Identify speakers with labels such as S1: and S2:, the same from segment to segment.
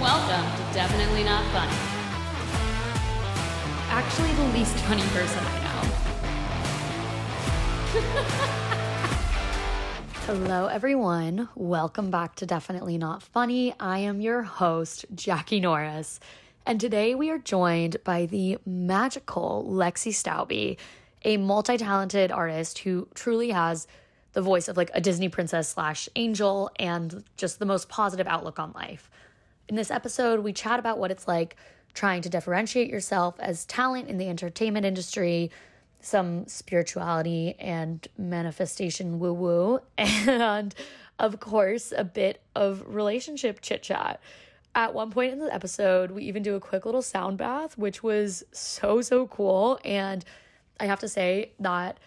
S1: Welcome to Definitely Not Funny. Actually, the least funny person I know.
S2: Hello, everyone. Welcome back to Definitely Not Funny. I am your host, Jackie Norris. And today we are joined by the magical Lexi Staubby, a multi talented artist who truly has the voice of like a Disney princess slash angel and just the most positive outlook on life. In this episode, we chat about what it's like trying to differentiate yourself as talent in the entertainment industry, some spirituality and manifestation woo woo, and of course, a bit of relationship chit chat. At one point in the episode, we even do a quick little sound bath, which was so, so cool. And I have to say that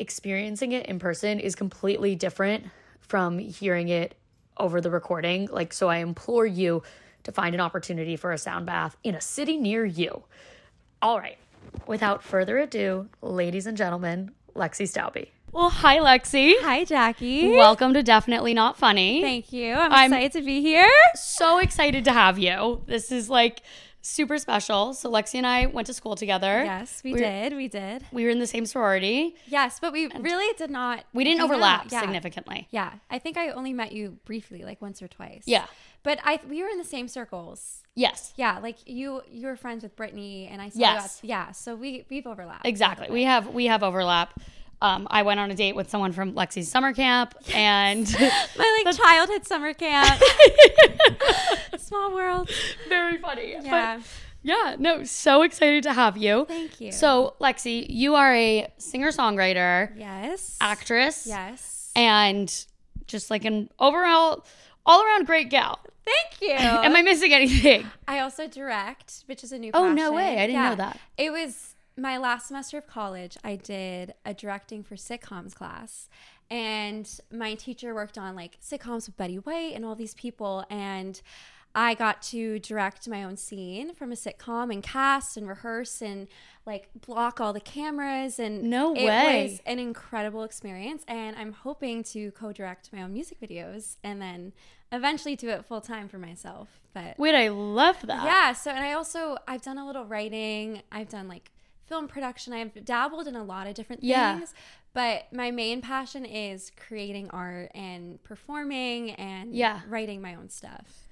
S2: experiencing it in person is completely different from hearing it over the recording. Like, so I implore you to find an opportunity for a sound bath in a city near you. All right. Without further ado, ladies and gentlemen, Lexi Staubby.
S1: Well, hi, Lexi.
S3: Hi, Jackie.
S1: Welcome to Definitely Not Funny.
S3: Thank you. I'm,
S1: I'm-
S3: excited to be here.
S1: so excited to have you. This is like super special. So, Lexi and I went to school together.
S3: Yes, we
S1: We're-
S3: did. We did.
S1: We were in the same sorority.
S3: Yes, but we really did not.
S1: We didn't
S3: hang out.
S1: overlap
S3: Yeah.
S1: significantly.
S3: Yeah, I think I only met you briefly, like once or twice.
S1: Yeah.
S3: but I we were in the same circles.
S1: Yes.
S3: Yeah, like you you were friends with Brittany, and I saw
S1: Yes.
S3: you. At, yeah, so we we've overlapped.
S1: Exactly. We have we have overlap. Um, I went on a date with someone from Lexi's summer camp, and
S3: My like childhood summer camp. Small world.
S1: very funny. Yeah.
S3: Yeah.
S1: yeah. No. So excited to have you.
S3: Thank you.
S1: So, Lexi, you are a singer songwriter,
S3: Yes.
S1: actress,
S3: Yes.
S1: and just like an overall, all around great gal.
S3: Thank you.
S1: Am I missing anything?
S3: I also direct, which is a new.
S1: Oh, no
S3: passion.
S1: way. I didn't know that.
S3: It was my last semester of college. I did a directing for sitcoms class, and my teacher worked on like sitcoms with Betty White and all these people, and I got to direct my own scene from a sitcom and cast and rehearse and like block all the cameras and
S1: No
S3: it
S1: way.
S3: was an incredible experience and I'm hoping to co-direct my own music videos and then eventually do it full time for myself but
S1: Wait, I love that.
S3: yeah so and i also i've done a little writing i've done like film production i've dabbled in a lot of different
S1: Yeah.
S3: things but my main passion is creating art and performing and
S1: Yeah.
S3: writing my own stuff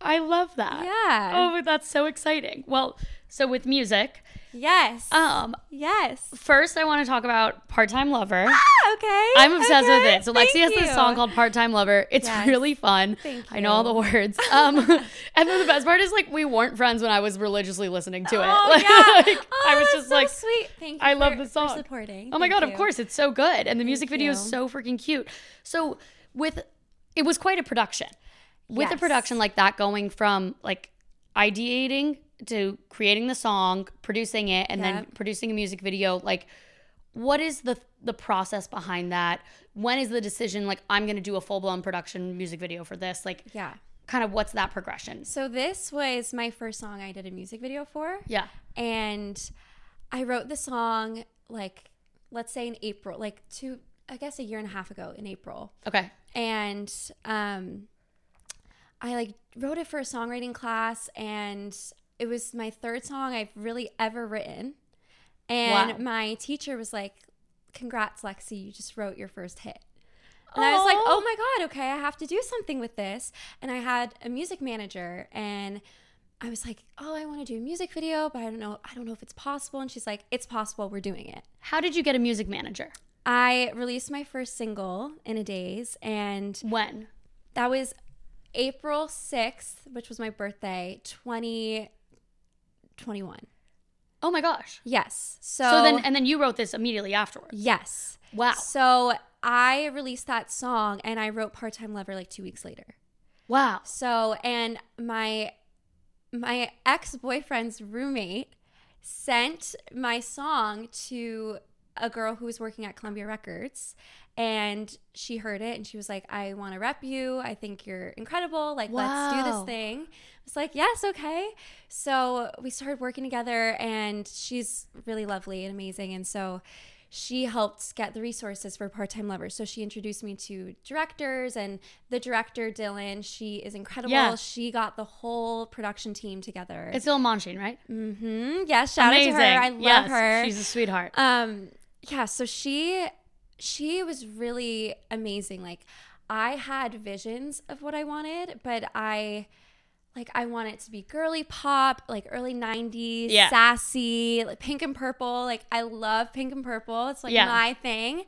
S1: I love
S3: Uh,
S1: that.
S3: yeah
S1: Oh, that's so exciting. Well, so with music,
S3: yes
S1: um,
S3: yes
S1: first I want to talk about Part Time Lover.
S3: Ah, okay
S1: I'm obsessed with
S3: okay,
S1: it. So Lexi has
S3: thank
S1: this
S3: you.
S1: song called Part Time Lover. It's
S3: Yes.
S1: really fun.
S3: Thank
S1: I know all the words. Um, and then the best part is like we weren't friends when I was religiously listening to it.
S3: oh,
S1: Like,
S3: yeah.
S1: like, I was
S3: Oh, that's
S1: just
S3: so
S1: like,
S3: sweet thank you
S1: I love
S3: for-
S1: the
S3: for
S1: song.
S3: supporting
S1: oh my
S3: Thank
S1: god, of
S3: you.
S1: course it's so good, and the music video is
S3: you.
S1: so freaking cute. So with it was quite a production. With a
S3: Yes.
S1: production like that, going from like ideating to creating the song, producing it, and then
S3: Yep.
S1: producing a music video, like what is the the process behind that when is the decision like i'm going to do a full-blown production music video for this like
S3: yeah
S1: kind of what's that progression
S3: so this was my first song i did a music video for
S1: yeah
S3: and I wrote the song like let's say in April, like two I guess a year and a half ago in April.
S1: okay
S3: And um I like wrote it for a songwriting class and it was my third song I've really ever written.
S1: Wow.
S3: And my teacher was like, Congrats, Lexi, you just wrote your first hit. And I was like,
S1: Aw.
S3: oh my God, okay, I have to do something with this. And I had a music manager and I was like, oh, I want to do a music video, but I don't know, I don't know if it's possible. And she's like, it's possible, we're doing it.
S1: how did you get a music manager
S3: I released my first single in a days, and
S1: when
S3: that was April 6th, which was my birthday, 2021.
S1: oh my gosh
S3: Yes. So,
S1: so, then and then you wrote this immediately afterwards
S3: yes.
S1: wow
S3: So I released that song and I wrote Part Time Lover like two weeks later.
S1: wow
S3: So, and my my ex-boyfriend's roommate sent my song to a girl who was working at Columbia Records and she heard it and she was like, "I want to rep you. I think you're incredible. Like, let's do
S1: Wow.
S3: this thing." I was like, "Yes, okay." So, we started working together and she's really lovely and amazing and so she helped get the resources for part-time lovers. So she introduced me to directors and the director Dylan. She is incredible.
S1: Yeah.
S3: She got the whole production team together.
S1: It's still Monsheen, right?
S3: mm-hmm. Yeah, shout out to her. I love
S1: Yes,
S3: her.
S1: She's a sweetheart.
S3: um yeah so she she was really amazing like i had visions of what i wanted but i like i want it to be girly pop like early 90s
S1: Yeah.
S3: sassy like pink and purple like i love pink and purple it's like
S1: Yeah.
S3: my thing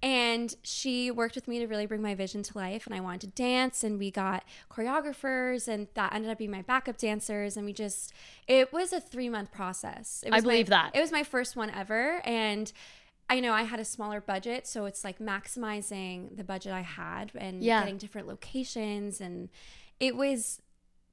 S3: and she worked with me to really bring my vision to life and i wanted to dance and we got choreographers and that ended up being my backup dancers and we just it was a three month process it
S1: I
S3: was my-
S1: believe that.
S3: it was my first one ever and I know I had a smaller budget, so it's like maximizing the budget I had and
S1: Yeah.
S3: getting different locations and it was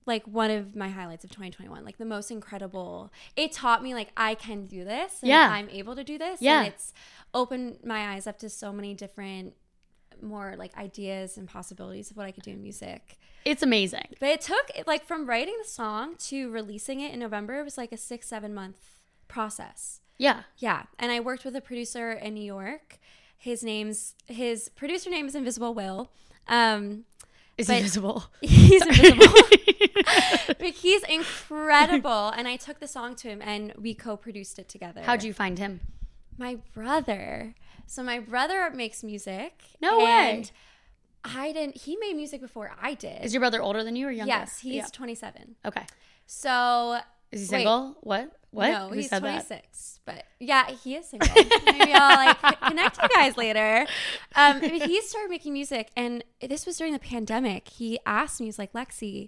S3: like one of my highlights of 2021, like the most incredible. It taught me like I can do this and
S1: Yeah.
S3: I'm able to do this
S1: Yeah.
S3: and it's opened my eyes up to so many different more like ideas and possibilities of what I could do in music.
S1: it's amazing.
S3: But it took like from writing the song to releasing it in November, it was like a 6-7 month process.
S1: Yeah.
S3: Yeah, and I worked with a producer in New York. His name's his producer name is Invisible Will. Um,
S1: It's
S3: But-
S1: invisible.
S3: he's invisible, but he's incredible. And I took the song to him, and we co-produced it together.
S1: How'd you find him?
S3: My brother. So my brother makes music.
S1: No way.
S3: and I didn't. He made music before I did.
S1: Is your brother older than you or younger?
S3: yes, he's
S1: Yeah.
S3: 27.
S1: Okay.
S3: So
S1: Is he
S3: Wait.
S1: single? What? What?
S3: No,
S1: Who
S3: he's
S1: said that?
S3: 26. But yeah, he is single. Maybe I'll like connect you guys later. Um, but he started making music, and this was during the pandemic. He asked me, he's like, Lexi,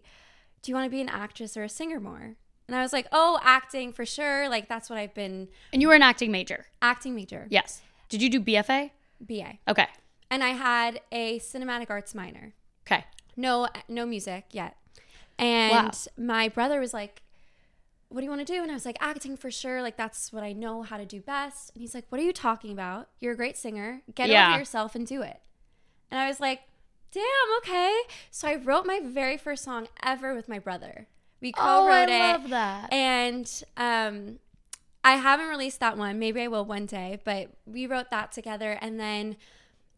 S3: do you want to be an actress or a singer more? And I was like, oh, acting for sure. Like, that's what I've been
S1: And you were an acting major.
S3: acting major,
S1: Yes. Did you do BFA?
S3: BA.
S1: Okay.
S3: And I had a cinematic arts minor.
S1: Okay.
S3: no no music yet and my brother was like what do you want to do and i was like acting for sure like that's what i know how to do best and he's like what are you talking about you're a great singer get
S1: Yeah.
S3: over yourself and do it and i was like damn okay so i wrote my very first song ever with my brother we co-wrote it
S1: Oh, that.
S3: and um I haven't released that one. Maybe I will one day, but we wrote that together and then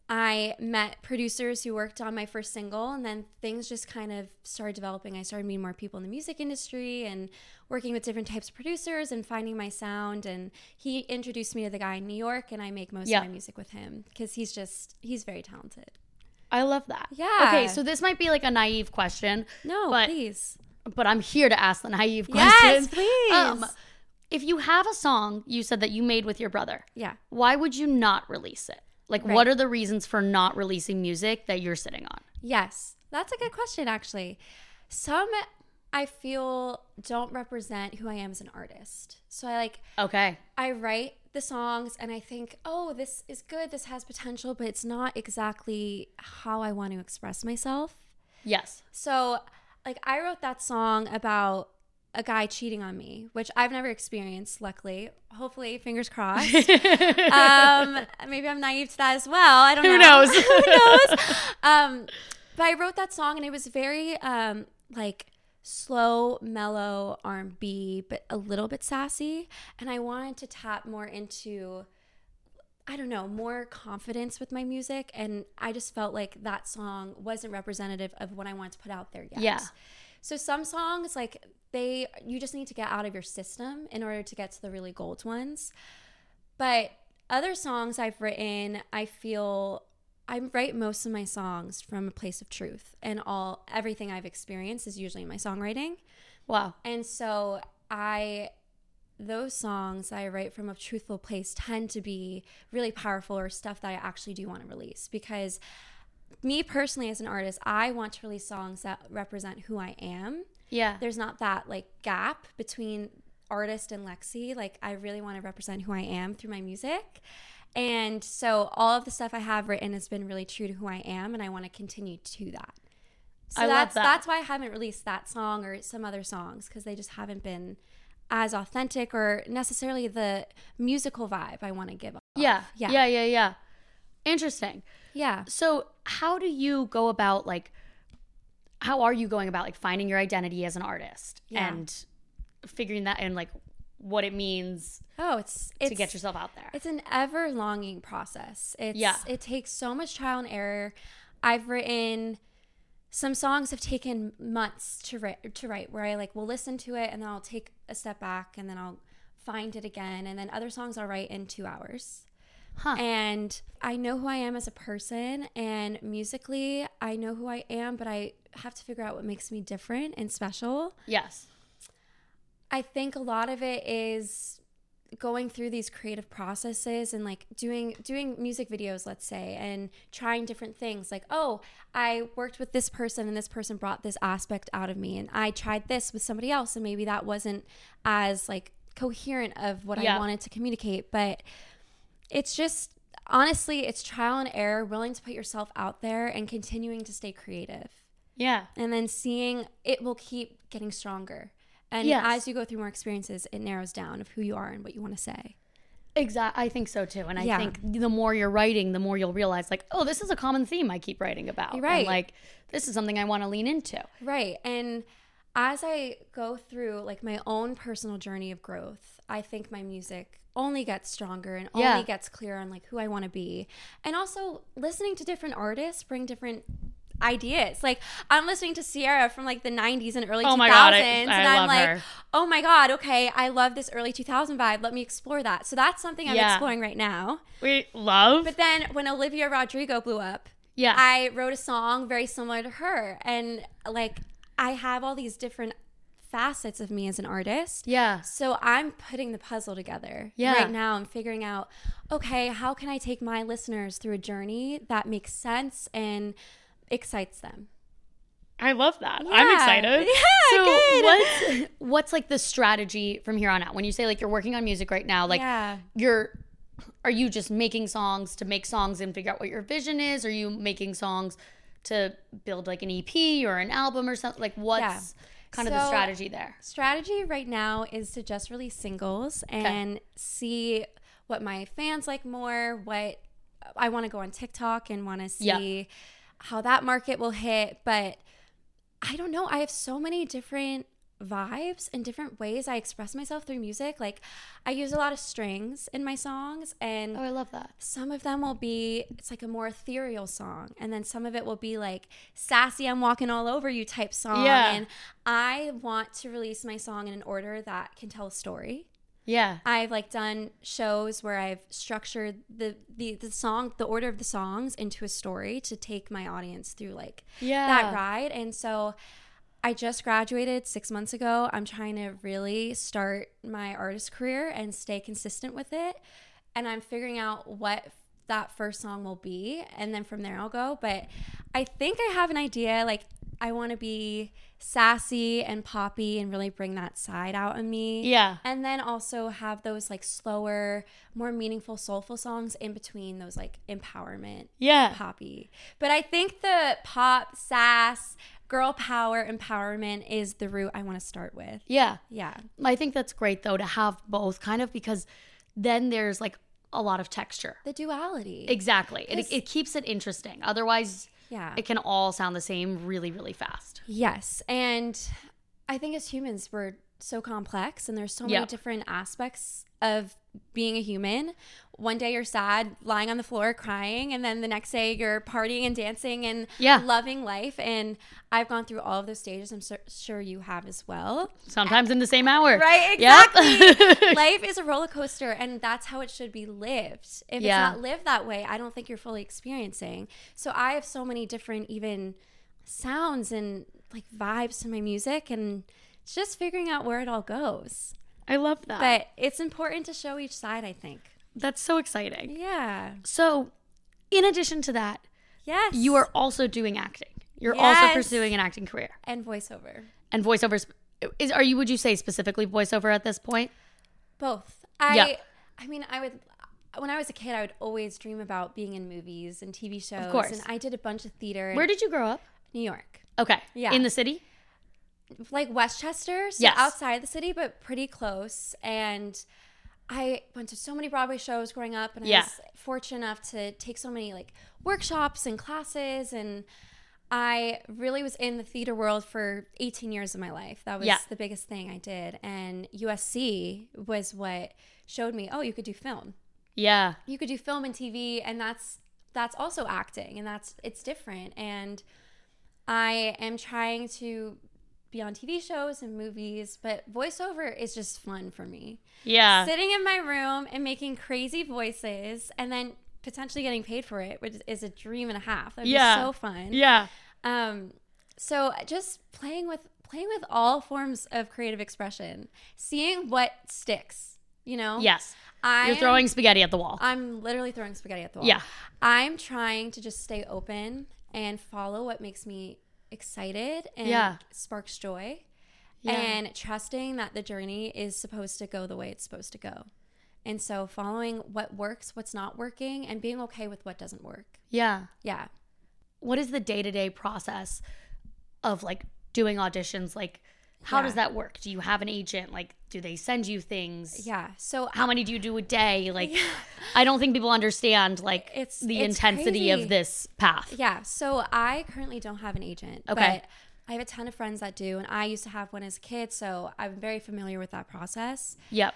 S3: I met producers who worked on my first single and then things just kind of started developing. I started meeting more people in the music industry and working with different types of producers and finding my sound and he introduced me to the guy in New York and I make most
S1: Yeah.
S3: of my music with him cuz he's just he's very talented.
S1: I love that.
S3: Yeah.
S1: Okay, so this might be like a naive question,
S3: No,
S1: But-
S3: please.
S1: but I'm here to ask the naive
S3: Yes,
S1: questions.
S3: please.
S1: Um, if you have a song you said that you made with your brother,
S3: yeah.
S1: why would you not release it? Like,
S3: Right.
S1: what are the reasons for not releasing music that you're sitting on?
S3: Yes, that's a good question, actually. Some I feel don't represent who I am as an artist. So I like,
S1: Okay.
S3: I write the songs and I think, oh, this is good, this has potential, but it's not exactly how I want to express myself.
S1: Yes.
S3: So, like, I wrote that song about a guy cheating on me, which I've never experienced, luckily. Hopefully, fingers crossed um, maybe I'm naive to that as well. I don't
S1: Who
S3: know.
S1: knows?
S3: Who knows? Um, but I wrote that song and it was very um, like slow, mellow R&B, but a little bit sassy. And I wanted to tap more into I don't know, more confidence with my music. And I just felt like that song wasn't representative of what I wanted to put out there yet.
S1: Yeah.
S3: So some songs, like they, you just need to get out of your system in order to get to the really gold ones. But other songs I've written, I feel I write most of my songs from a place of truth, and all everything I've experienced is usually in my songwriting.
S1: wow.
S3: And so I those songs I write from a truthful place tend to be really powerful or stuff that I actually do want to release because me personally as an artist, I want to release songs that represent who I am.
S1: Yeah.
S3: There's not that like gap between artist and Lexi. Like I really want to represent who I am through my music. And so all of the stuff I have written has been really true to who I am and I want to continue to that. So
S1: I love
S3: that's
S1: that.
S3: that's why I haven't released that song or some other songs because they just haven't been as authentic or necessarily the musical vibe I want to give off.
S1: Yeah.
S3: Yeah.
S1: Yeah. Yeah. Yeah. Interesting.
S3: Yeah.
S1: So, how do you go about like how are you going about like finding your identity as an artist
S3: Yeah.
S1: and figuring that and like what it means
S3: Oh, it's it's
S1: to get yourself out there.
S3: It's an ever longing process. It's
S1: Yeah.
S3: it takes so much trial and error. I've written some songs have taken months to write to write where I like will listen to it and then I'll take a step back and then I'll find it again and then other songs I'll write in 2 hours.
S1: Huh.
S3: And I know who I am as a person and musically I know who I am but I have to figure out what makes me different and special.
S1: Yes.
S3: I think a lot of it is going through these creative processes and like doing doing music videos let's say and trying different things like oh I worked with this person and this person brought this aspect out of me and I tried this with somebody else and maybe that wasn't as like coherent of what I
S1: Yeah.
S3: wanted to communicate but it's just honestly it's trial and error willing to put yourself out there and continuing to stay creative
S1: Yeah.
S3: and then seeing it will keep getting stronger. And
S1: Yes.
S3: as you go through more experiences, it narrows down of who you are and what you want to say.
S1: Exactly. I think so too. And I
S3: Yeah.
S1: think the more you're writing, the more you'll realize, like, oh, this is a common theme I keep writing about.
S3: You're right.
S1: And, like, this is something I want to lean into.
S3: Right. And as I go through like my own personal journey of growth, I think my music only gets stronger and only
S1: Yeah.
S3: gets clear on like who I want to be. And also listening to different artists bring different ideas. Like I'm listening to Sierra from like the 90s and early
S1: Oh
S3: 2000s
S1: my God, I-
S3: and
S1: I
S3: I'm
S1: love
S3: like,
S1: her.
S3: "Oh my god, okay, I love this early 2000 vibe. Let me explore that." So that's something I'm
S1: Yeah.
S3: exploring right now.
S1: We love.
S3: But then when Olivia Rodrigo blew up,
S1: yeah.
S3: I wrote a song very similar to her. And like, I have all these different facets of me as an artist.
S1: yeah.
S3: So I'm putting the puzzle together
S1: Yeah.
S3: right now. I'm figuring out, okay, how can I take my listeners through a journey that makes sense and excites them?
S1: I love that.
S3: Yeah.
S1: I'm excited.
S3: Yeah,
S1: so
S3: good.
S1: what's what's like the strategy from here on out? When you say like you're working on music right now, like
S3: yeah.
S1: you're are you just making songs to make songs and figure out what your vision is? Are you making songs to build like an EP or an album or something? Like what's kind of the
S3: So-
S1: strategy there?
S3: strategy right now is to just release singles and see what my fans like more what i want to go on tiktok and want to
S1: Yeah.
S3: see how that market will hit but i don't know i have so many different vibes and different ways i express myself through music like i use a lot of strings in my songs and
S1: Oh, I love that.
S3: some of them will be it's like a more ethereal song and then some of it will be like sassy i'm walking all over you type song
S1: Yeah.
S3: and i want to release my song in an order that can tell a story
S1: Yeah.
S3: i've like done shows where i've structured the the, the song the order of the songs into a story to take my audience through like
S1: Yeah.
S3: that ride and so I just graduated six months ago. I'm trying to really start my artist career and stay consistent with it. And I'm figuring out what f- that first song will be. And then from there, I'll go. But I think I have an idea. Like, I want to be sassy and poppy and really bring that side out of me.
S1: Yeah.
S3: And then also have those like slower, more meaningful, soulful songs in between those like empowerment
S1: Yeah.
S3: poppy. But I think the pop, sass, girl power, empowerment is the route I want to start with.
S1: Yeah.
S3: Yeah.
S1: I think that's great though to have both kind of because then there's like a lot of texture.
S3: The duality.
S1: Exactly. It,
S3: 'Cause-
S1: it keeps it interesting. Otherwise,
S3: yeah.
S1: it can all sound the same really, really fast.
S3: yes. And I think as humans, we're so complex and there's so many
S1: Yeah.
S3: different aspects of being a human. One day you're sad, lying on the floor crying, and then the next day you're partying and dancing and
S1: Yeah.
S3: loving life. And I've gone through all of those stages. I'm sur- sure you have as well.
S1: Sometimes in the same hour.
S3: Right,
S1: Yep.
S3: exactly. Life is a roller coaster, and that's how it should be lived. If
S1: Yeah.
S3: it's not lived that way, I don't think you're fully experiencing. So I have so many different even sounds and like vibes to my music, and it's just figuring out where it all goes.
S1: I love that.
S3: But it's important to show each side, I think.
S1: That's so exciting.
S3: Yeah.
S1: So, in addition to that,
S3: Yes.
S1: you are also doing acting. You're
S3: Yes.
S1: also pursuing an acting career
S3: and voiceover.
S1: and voiceovers. Is are you? Would you say specifically voiceover at this point?
S3: Both. I
S1: Yeah.
S3: I mean, I would when I was a kid, I would always dream about being in movies and TV shows.
S1: course.
S3: And I did a bunch of theater in
S1: Where did you grow up?
S3: New York.
S1: Okay.
S3: Yeah.
S1: In the city.
S3: Like Westchester, so
S1: Yes.
S3: outside the city, but pretty close. And I went to so many Broadway shows growing up and I
S1: Yeah.
S3: was fortunate enough to take so many like workshops and classes and I really was in the theater world for 18 years of my life. That was
S1: Yeah.
S3: the biggest thing I did. And USC was what showed me, oh, you could do film.
S1: Yeah.
S3: You could do film and TV and that's that's also acting and that's it's different and I am trying to be on TV shows and movies, but voiceover is just fun for me.
S1: Yeah.
S3: Sitting in my room and making crazy voices and then potentially getting paid for it, which is a dream and a half. That'd
S1: Yeah.
S3: be so fun.
S1: Yeah.
S3: Um, so just playing with playing with all forms of creative expression, seeing what sticks. You know.
S1: Yes.
S3: I
S1: You're
S3: am-
S1: throwing spaghetti at the wall.
S3: I'm literally throwing spaghetti at the wall.
S1: Yeah.
S3: I'm trying to just stay open and follow what makes me excited and
S1: Yeah.
S3: sparks joy.
S1: Yeah.
S3: And trusting that the journey is supposed to go the way it's supposed to go. And so following what works, what's not working, and being okay with what doesn't work.
S1: yeah.
S3: Yeah.
S1: What is the day to day process of like doing auditions? Like, how
S3: Yeah.
S1: does that work? Do you have an agent? Like, do they send you things?
S3: Yeah. So um,
S1: How many do you do a day? Like, I don't think people understand like
S3: It's-
S1: the
S3: it's
S1: intensity
S3: crazy.
S1: of this path.
S3: Yeah. So I currently don't have an agent.
S1: Okay.
S3: But I have a ton of friends that do, and I used to have one as a kid, so I'm very familiar with that process.
S1: Yep.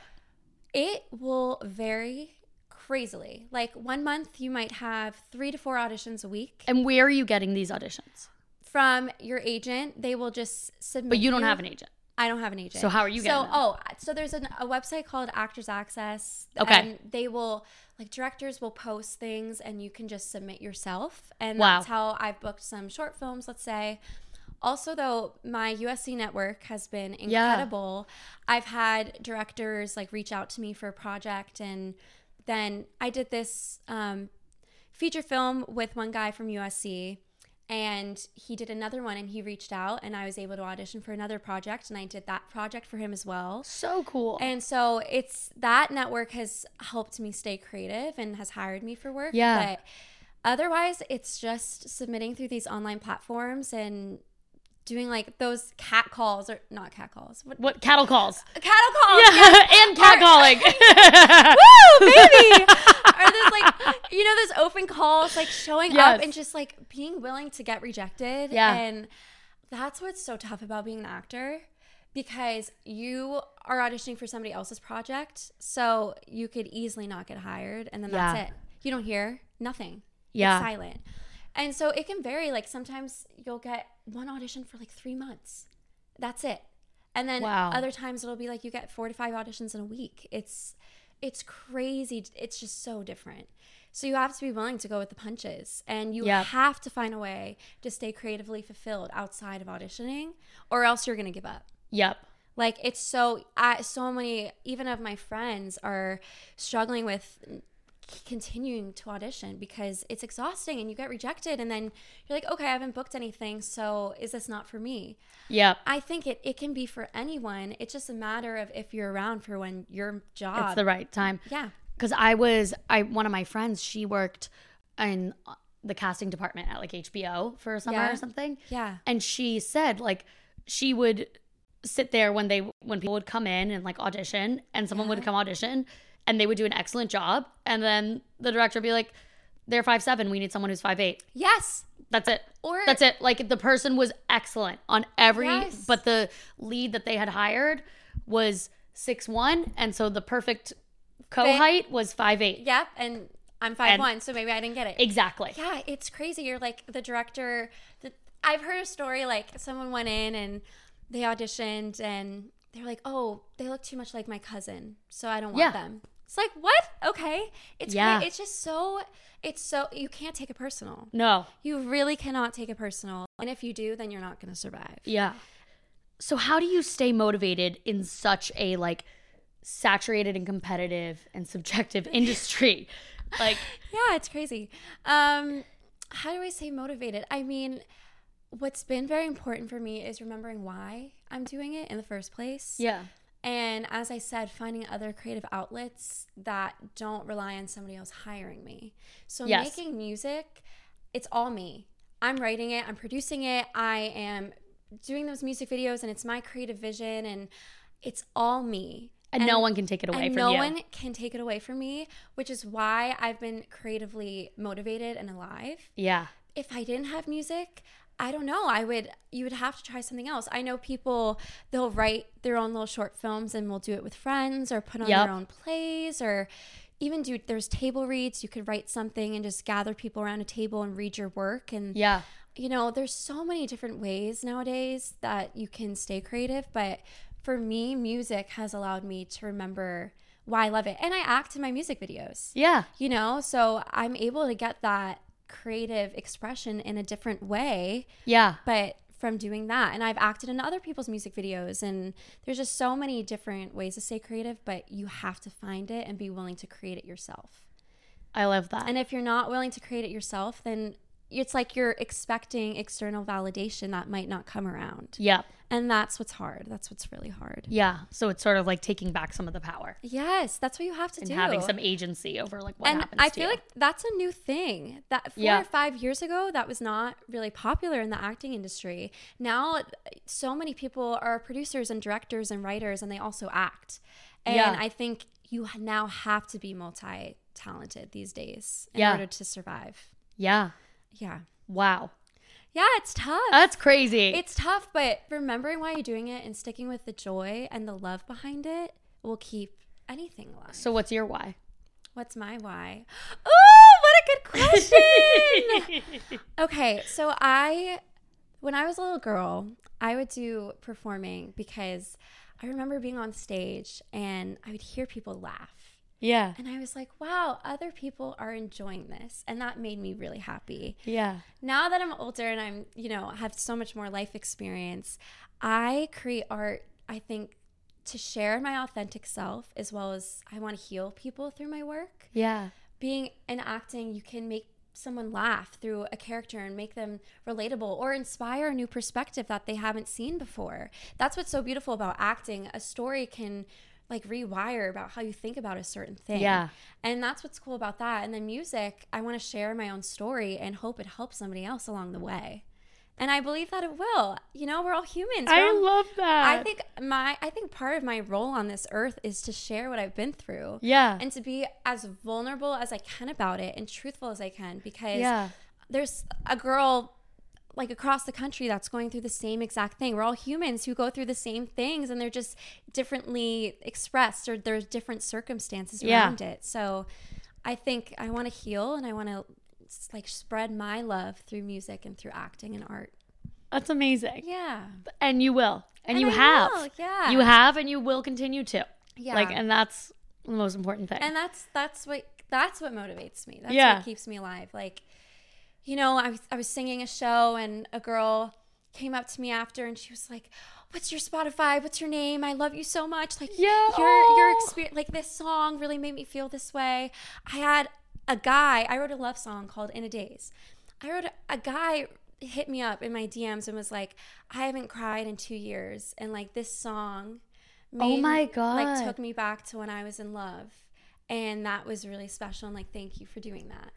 S3: It will vary crazily. Like one month, you might have three to four auditions a week
S1: And where are you getting these auditions?
S3: from your agent. They will just submit.
S1: But you don't have an agent.
S3: I don't have an agent.
S1: So how are you getting
S3: So
S1: them?
S3: oh, so there's an, a website called Actors Access.
S1: Okay.
S3: And they will like directors will post things, and you can just submit yourself. And
S1: Wow.
S3: that's how I've booked some short films. Let's say. Also, though, my USC network has been
S1: Yeah.
S3: incredible. I've had directors like reach out to me for a project, and then I did this um, feature film with one guy from USC and he did another one and he reached out and I was able to audition for another project and I did that project for him as well.
S1: So cool.
S3: And so it's that network has helped me stay creative and has hired me for work.
S1: Yeah.
S3: But otherwise it's just submitting through these online platforms and doing like those cat calls or not cat calls. What,
S1: what cattle calls?
S3: cattle calls?
S1: yeah, and catcalling.
S3: Woo, baby! or there's like, you know, those open calls, like showing
S1: Yes.
S3: up and just like being willing to get rejected.
S1: Yeah.
S3: And that's what's so tough about being an actor because you are auditioning for somebody else's project. So you could easily not get hired. And then
S1: Yeah.
S3: that's it. You don't hear nothing.
S1: Yeah.
S3: It's silent. And so it can vary. Like sometimes you'll get one audition for like three months. That's it. And then
S1: Wow.
S3: other times it'll be like you get four to five auditions in a week. It's it's crazy. It's just so different. So you have to be willing to go with the punches and you
S1: Yep.
S3: have to find a way to stay creatively fulfilled outside of auditioning or else you're going to give up.
S1: yep.
S3: Like it's so I so many even of my friends are struggling with continuing to audition because it's exhausting and you get rejected and then you're like okay I haven't booked anything so is this not for me?
S1: Yep.
S3: I think it it can be for anyone. It's just a matter of if you're around for when your job.
S1: It's the right time.
S3: yeah.
S1: because I was I one of my friends she worked in uh, the casting department at like HBO for a summer
S3: Yeah.
S1: or something,
S3: Yeah.
S1: and she said like she would sit there when they when people would come in and like audition and someone would come audition and they would do an excellent job and then the director would be like they're five seven we need someone who's five eight
S3: Yes.
S1: that's it
S3: Or
S1: that's it like the person was excellent on every
S3: Yes.
S1: but the lead that they had hired was six one and so the perfect co-height was five eight
S3: Yep. And I'm five one, so maybe I didn't get it.
S1: Exactly.
S3: Yeah, it's crazy. You're like the director. The, I've heard a story like someone went in and they auditioned and they're like, "Oh, they look too much like my cousin, so I don't want
S1: Yeah.
S3: them." It's like, "What? Okay." It's
S1: Yeah.
S3: yeah. it's just so it's so you can't take it personal.
S1: No.
S3: You really cannot take it personal. And if you do, then you're not going to survive.
S1: Yeah. So how do you stay motivated in such a like saturated and competitive and subjective industry? like
S3: Yeah, it's crazy. Um, how do I say motivated? I mean, what's been very important for me is remembering why I'm doing it in the first place.
S1: yeah.
S3: And as I said, finding other creative outlets that don't rely on somebody else hiring me. So
S1: Yes.
S3: making music, it's all me. I'm writing it, I'm producing it, I am doing those music videos, and it's my creative vision, and it's all me.
S1: And, no one can take it away
S3: And
S1: from
S3: no
S1: you.
S3: one can take it away from me, which is why I've been creatively motivated and alive.
S1: yeah.
S3: If I didn't have music, I don't know. I would you would have to try something else. I know people they'll write their own little short films and will do it with friends or put on
S1: Yep.
S3: their own plays or even do there's table reads. You could write something and just gather people around a table and read your work and
S1: Yeah.
S3: you know, there's so many different ways nowadays that you can stay creative, but for me, music has allowed me to remember why I love it. And I act in my music videos
S1: Yeah.
S3: you know so i'm able to get that creative expression in a different way
S1: Yeah.
S3: but from doing that and i've acted in other people's music videos and there's just so many different ways to stay creative but you have to find it and be willing to create it yourself
S1: I love that.
S3: and if you're not willing to create it yourself then it's like you're expecting external validation that might not come around
S1: yeah.
S3: and that's what's hard that's what's really hard
S1: Yeah. So it's sort of like taking back some of the power
S3: yes that's what you have to
S1: and
S3: do
S1: having some agency over like what
S3: and
S1: happens
S3: I
S1: to
S3: feel
S1: you.
S3: like that's a new thing that four
S1: Yeah.
S3: or five years ago that was not really popular in the acting industry. Now, so many people are producers and directors and writers, and they also act. And
S1: Yeah.
S3: I think you h- now have to be multi talented these days in
S1: Yeah.
S3: order to survive.
S1: yeah.
S3: Yeah,
S1: Wow.
S3: yeah, it's tough.
S1: That's crazy.
S3: it's tough, but remembering why you're doing it and sticking with the joy and the love behind it will keep anything alive.
S1: so what's your why?
S3: What's my why? Oh, what a good question! Okay, so I, when I was a little girl, I would do performing because I remember being on stage and I would hear people laugh.
S1: yeah.
S3: And I was like, wow, other people are enjoying this. And that made me really happy.
S1: Yeah.
S3: Now that I'm older and I'm, you know, have so much more life experience, I create art, I think, to share my authentic self as well as I want to heal people through my work
S1: Yeah.
S3: being in acting, you can make someone laugh through a character and make them relatable or inspire a new perspective that they haven't seen before. That's what's so beautiful about acting. A story can like rewire about how you think about a certain thing.
S1: Yeah.
S3: And that's what's cool about that. And then music, I want to share my own story and hope it helps somebody else along the way. And I believe that it will. You know, we're all humans. We're
S1: I
S3: all-
S1: love that.
S3: I think my I think part of my role on this earth is to share what I've been through
S1: Yeah.
S3: and to be as vulnerable as I can about it and truthful as I can because
S1: yeah.
S3: there's a girl like across the country that's going through the same exact thing. We're all humans who go through the same things and they're just differently expressed or there's different circumstances
S1: Yeah.
S3: around it. So I think I want to heal and I want to like spread my love through music and through acting and art.
S1: That's amazing.
S3: Yeah.
S1: And you will. And, you
S3: I
S1: have.
S3: will, Yeah.
S1: You have and you will continue to.
S3: Yeah.
S1: Like and that's the most important thing.
S3: and that's that's what that's what motivates me that's
S1: Yeah.
S3: what keeps me alive like you know I was, I was singing a show and a girl came up to me after and she was like what's your spotify what's your name i love you so much like
S1: Yeah.
S3: your your
S1: Oh.
S3: experience like this song really made me feel this way i had a guy i wrote a love song called in a daze i wrote a, a guy hit me up in my dms and was like i haven't cried in two years and like this song made-
S1: Oh my
S3: like
S1: God.
S3: took me back to when i was in love and that was really special and like thank you for doing that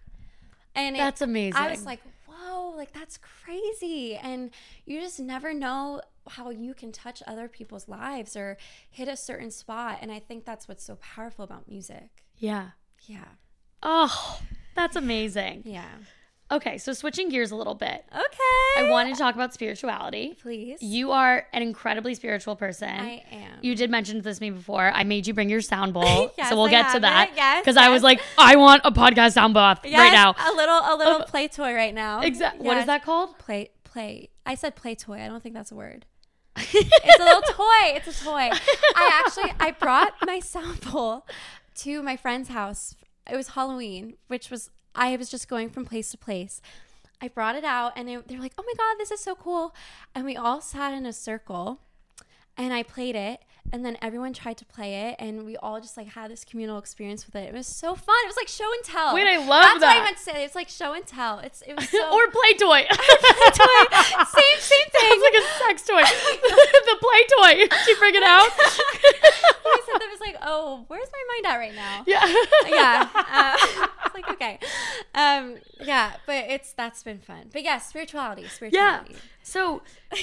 S3: and it-
S1: That's amazing.
S3: i was like whoa like that's crazy and you just never know how you can touch other people's lives or hit a certain spot and i think that's what's so powerful about music
S1: Yeah.
S3: yeah
S1: Oh, that's amazing.
S3: yeah
S1: Okay, so switching gears a little bit.
S3: okay
S1: I wanted to talk about spirituality.
S3: please
S1: You are an incredibly spiritual person.
S3: i am
S1: you did mention this to me before. I made you bring your sound bowl,
S3: Yes,
S1: so we'll
S3: I
S1: get to
S3: have
S1: that.
S3: it. Yes,
S1: because I was
S3: yes.
S1: like, I want a podcast sound bath right
S3: Yes,
S1: now.
S3: a little a little play toy right now
S1: Exactly. What is
S3: Yes.
S1: that called?
S3: play play i said play toy i don't think that's a word it's a little toy it's a toy i actually i brought my sample to my friend's house it was halloween which was i was just going from place to place i brought it out and it, they're like oh my god this is so cool and we all sat in a circle and I played it and then everyone tried to play it and we all just like had this communal experience with it. It was so fun. It was like show and tell.
S1: Wait, I love
S3: That's what
S1: that.
S3: I meant to say. It's like show and tell. It's it was so
S1: or play toy.
S3: same same thing.
S1: Sounds like a sex toy. the play toy. Did you bring it out?
S3: I said that was like, oh, where's my mind at right now?
S1: yeah.
S3: yeah. Uh, it's like okay, um, yeah, but it's that's been fun. But yeah, spirituality,
S1: Yeah.
S3: spirituality.
S1: So,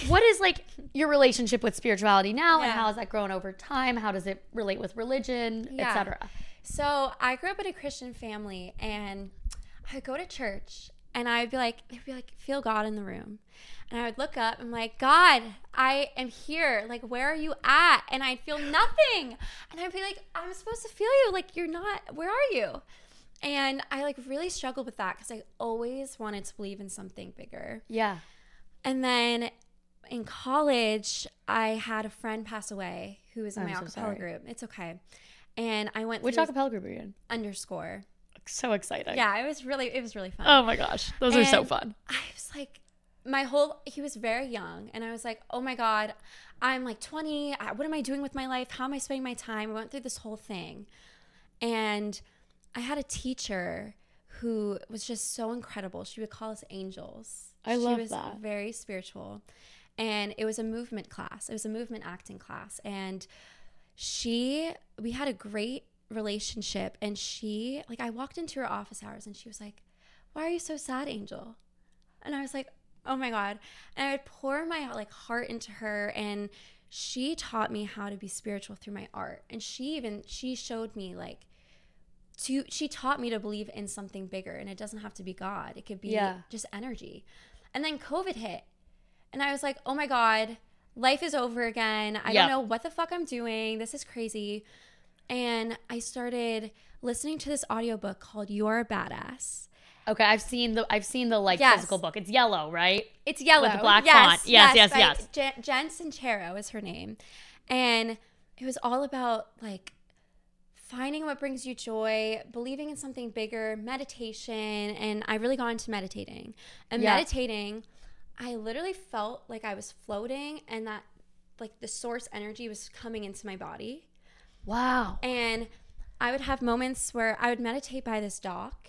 S1: what is like your relationship with spirituality now, and
S3: Yeah.
S1: how has that grown over time? How does it relate with religion,
S3: Yeah.
S1: etc.?
S3: So I grew up in a Christian family, and I would go to church, and I would be like, they'd be like, feel God in the room. And I would look up, I'm like, God, I am here. Like, where are you at? And I'd feel nothing. And I'd be like, I'm supposed to feel you. Like, you're not, where are you? And I like really struggled with that because I always wanted to believe in something bigger.
S1: Yeah.
S3: And then in college, I had a friend pass away who was in
S1: I'm
S3: my
S1: so
S3: acapella
S1: sorry.
S3: group. It's okay. And I went
S1: Which
S3: through
S1: acapella group are you in?
S3: underscore.
S1: So exciting.
S3: Yeah, it was really it was really fun.
S1: Oh my gosh. Those are so
S3: And-
S1: fun.
S3: I was like, my whole, he was very young. And I was like, oh my God, I'm like 20. I- What am I doing with my life? How am I spending my time? I went through this whole thing. And I had a teacher who was just so incredible. She would call us angels.
S1: I love
S3: She was
S1: that.
S3: very spiritual. And it was a movement class, it was a movement acting class. And she we had a great relationship and she like i walked into her office hours and she was like why are you so sad angel and i was like oh my god and i would pour my like heart into her and she taught me how to be spiritual through my art and she even she showed me like to she taught me to believe in something bigger and it doesn't have to be god it could be
S1: Yeah.
S3: just energy and then covid hit and i was like oh my god life is over again i
S1: Yeah.
S3: don't know what the fuck i'm doing this is crazy and i started listening to this audiobook called you're a badass
S1: Okay, I've seen the I've seen the like
S3: Yes.
S1: physical book. It's yellow, right?
S3: It's yellow.
S1: the black font. Yes, yes, yes.
S3: Jen, Jen Sincero is her name. And it was all about like finding what brings you joy, believing in something bigger, meditation. And I really got into meditating. And
S1: Yeah.
S3: meditating, I literally felt like I was floating and that like the source energy was coming into my body.
S1: Wow.
S3: And I would have moments where I would meditate by this dock,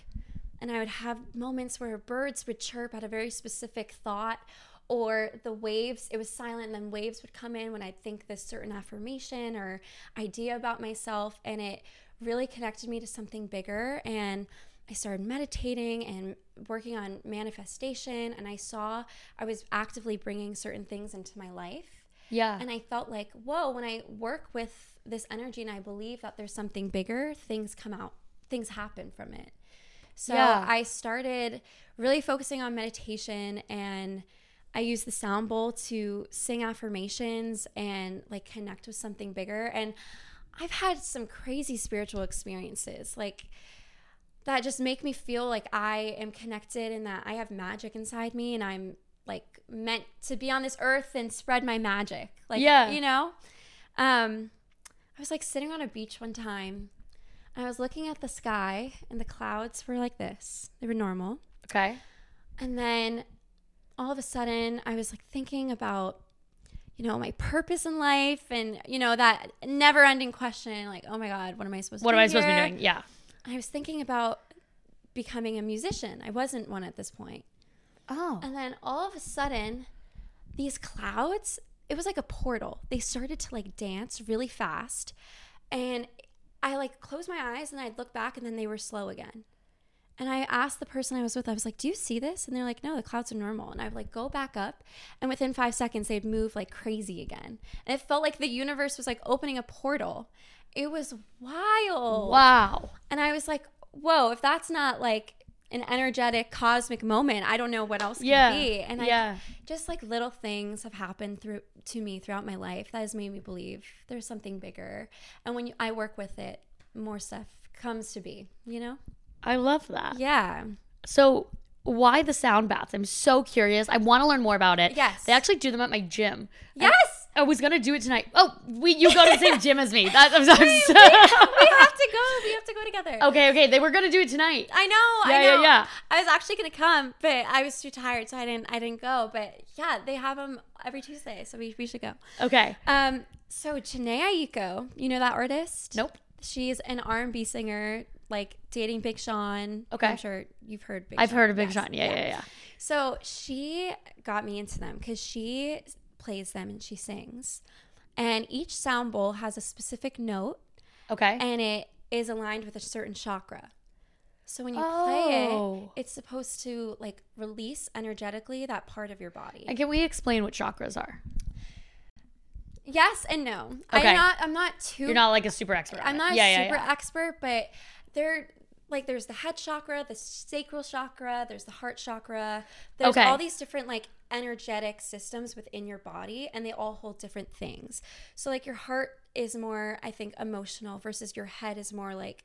S3: and I would have moments where birds would chirp at a very specific thought, or the waves, it was silent, and then waves would come in when I'd think this certain affirmation or idea about myself. And it really connected me to something bigger. And I started meditating and working on manifestation, and I saw I was actively bringing certain things into my life.
S1: Yeah.
S3: And I felt like, whoa, when I work with this energy and I believe that there's something bigger, things come out, things happen from it. So
S1: Yeah.
S3: I started really focusing on meditation and I used the sound bowl to sing affirmations and like connect with something bigger. And I've had some crazy spiritual experiences. Like, that just make me feel like I am connected and that I have magic inside me and I'm like meant to be on this earth and spread my magic. Like
S1: Yeah.
S3: you know? Um I was like sitting on a beach one time. and I was looking at the sky and the clouds were like this. They were normal.
S1: okay.
S3: And then all of a sudden, I was like thinking about, you know, my purpose in life and, you know, that never ending question like, oh my God, what am I supposed to
S1: What
S3: do?
S1: am I supposed to be
S3: here?
S1: doing? Yeah.
S3: And I was thinking about becoming a musician. I wasn't one at this point.
S1: Oh.
S3: And then all of a sudden, these clouds, it was like a portal. They started to like dance really fast. And I like closed my eyes and I'd look back and then they were slow again. And I asked the person I was with, I was like, Do you see this? And they're like, No, the clouds are normal. And I would like go back up. And within five seconds, they'd move like crazy again. And it felt like the universe was like opening a portal. It was wild.
S1: Wow.
S3: And I was like, whoa, if that's not like an energetic cosmic moment, I don't know what else can
S1: Yeah.
S3: be. And I
S1: yeah.
S3: just like little things have happened through to me throughout my life that has made me believe there's something bigger. And when you, I work with it, more stuff comes to be, you know?
S1: I love that.
S3: Yeah.
S1: So why the sound baths? I'm so curious. I want to learn more about it.
S3: Yes.
S1: They actually do them at my gym.
S3: Yes.
S1: I was gonna do it tonight. Oh, we you go to the same gym as me. That, I'm, I'm so-
S3: we have to go. We have to go together.
S1: okay, okay. They were gonna do it tonight.
S3: I know.
S1: Oh. Yeah,
S3: I
S1: yeah,
S3: know.
S1: yeah.
S3: I was actually gonna come, but I was too tired, so I didn't. I didn't go. But yeah, they have them every Tuesday, so we, we should go.
S1: Okay.
S3: Um, so Janae Aiko, you know that artist?
S1: Nope.
S3: She's an R and B singer, like dating Big Sean.
S1: Okay.
S3: I'm sure you've heard Big
S1: I've
S3: Sean.
S1: heard of Big
S3: Yes.
S1: Sean. Yeah, yeah, yeah.
S3: So she got me into them because she plays them and she sings. And each sound bowl has a specific note
S1: Okay.
S3: and it is aligned with a certain chakra. So when you play
S1: Oh.
S3: it, it's supposed to like release energetically that part of your body.
S1: and can we explain what chakras are?
S3: yes and no.
S1: Okay.
S3: I'm not I'm not too
S1: You're not like a super expert. on
S3: I'm
S1: it.
S3: not
S1: Yeah,
S3: a
S1: yeah,
S3: super
S1: yeah.
S3: expert, but they're like there's the head chakra, the sacral chakra, there's the heart chakra. There's
S1: Okay.
S3: all these different like energetic systems within your body and they all hold different things. So like your heart is more I think emotional versus your head is more like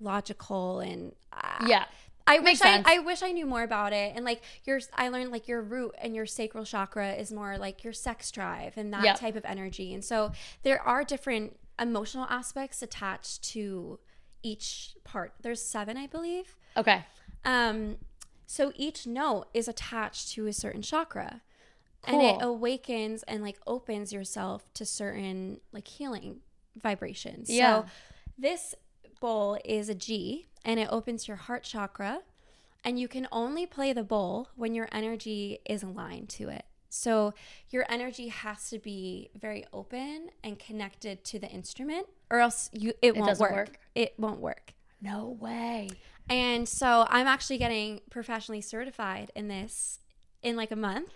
S3: logical and uh,
S1: Yeah.
S3: I
S1: Makes
S3: wish I,
S1: sense.
S3: I wish I knew more about it. And like your I learned like your root and your sacral chakra is more like your sex drive and that
S1: Yep.
S3: type of energy. And so there are different emotional aspects attached to each part. There's seven, I believe.
S1: Okay.
S3: Um, so each note is attached to a certain chakra. And it
S1: Cool.
S3: awakens and like opens yourself to certain like healing vibrations.
S1: Yeah.
S3: So this bowl is a G and it opens your heart chakra. And you can only play the bowl when your energy is aligned to it. So your energy has to be very open and connected to the instrument, or else you it, won't
S1: doesn't
S3: work.
S1: work.
S3: It won't work.
S1: No way.
S3: And so I'm actually getting professionally certified in this in like a month.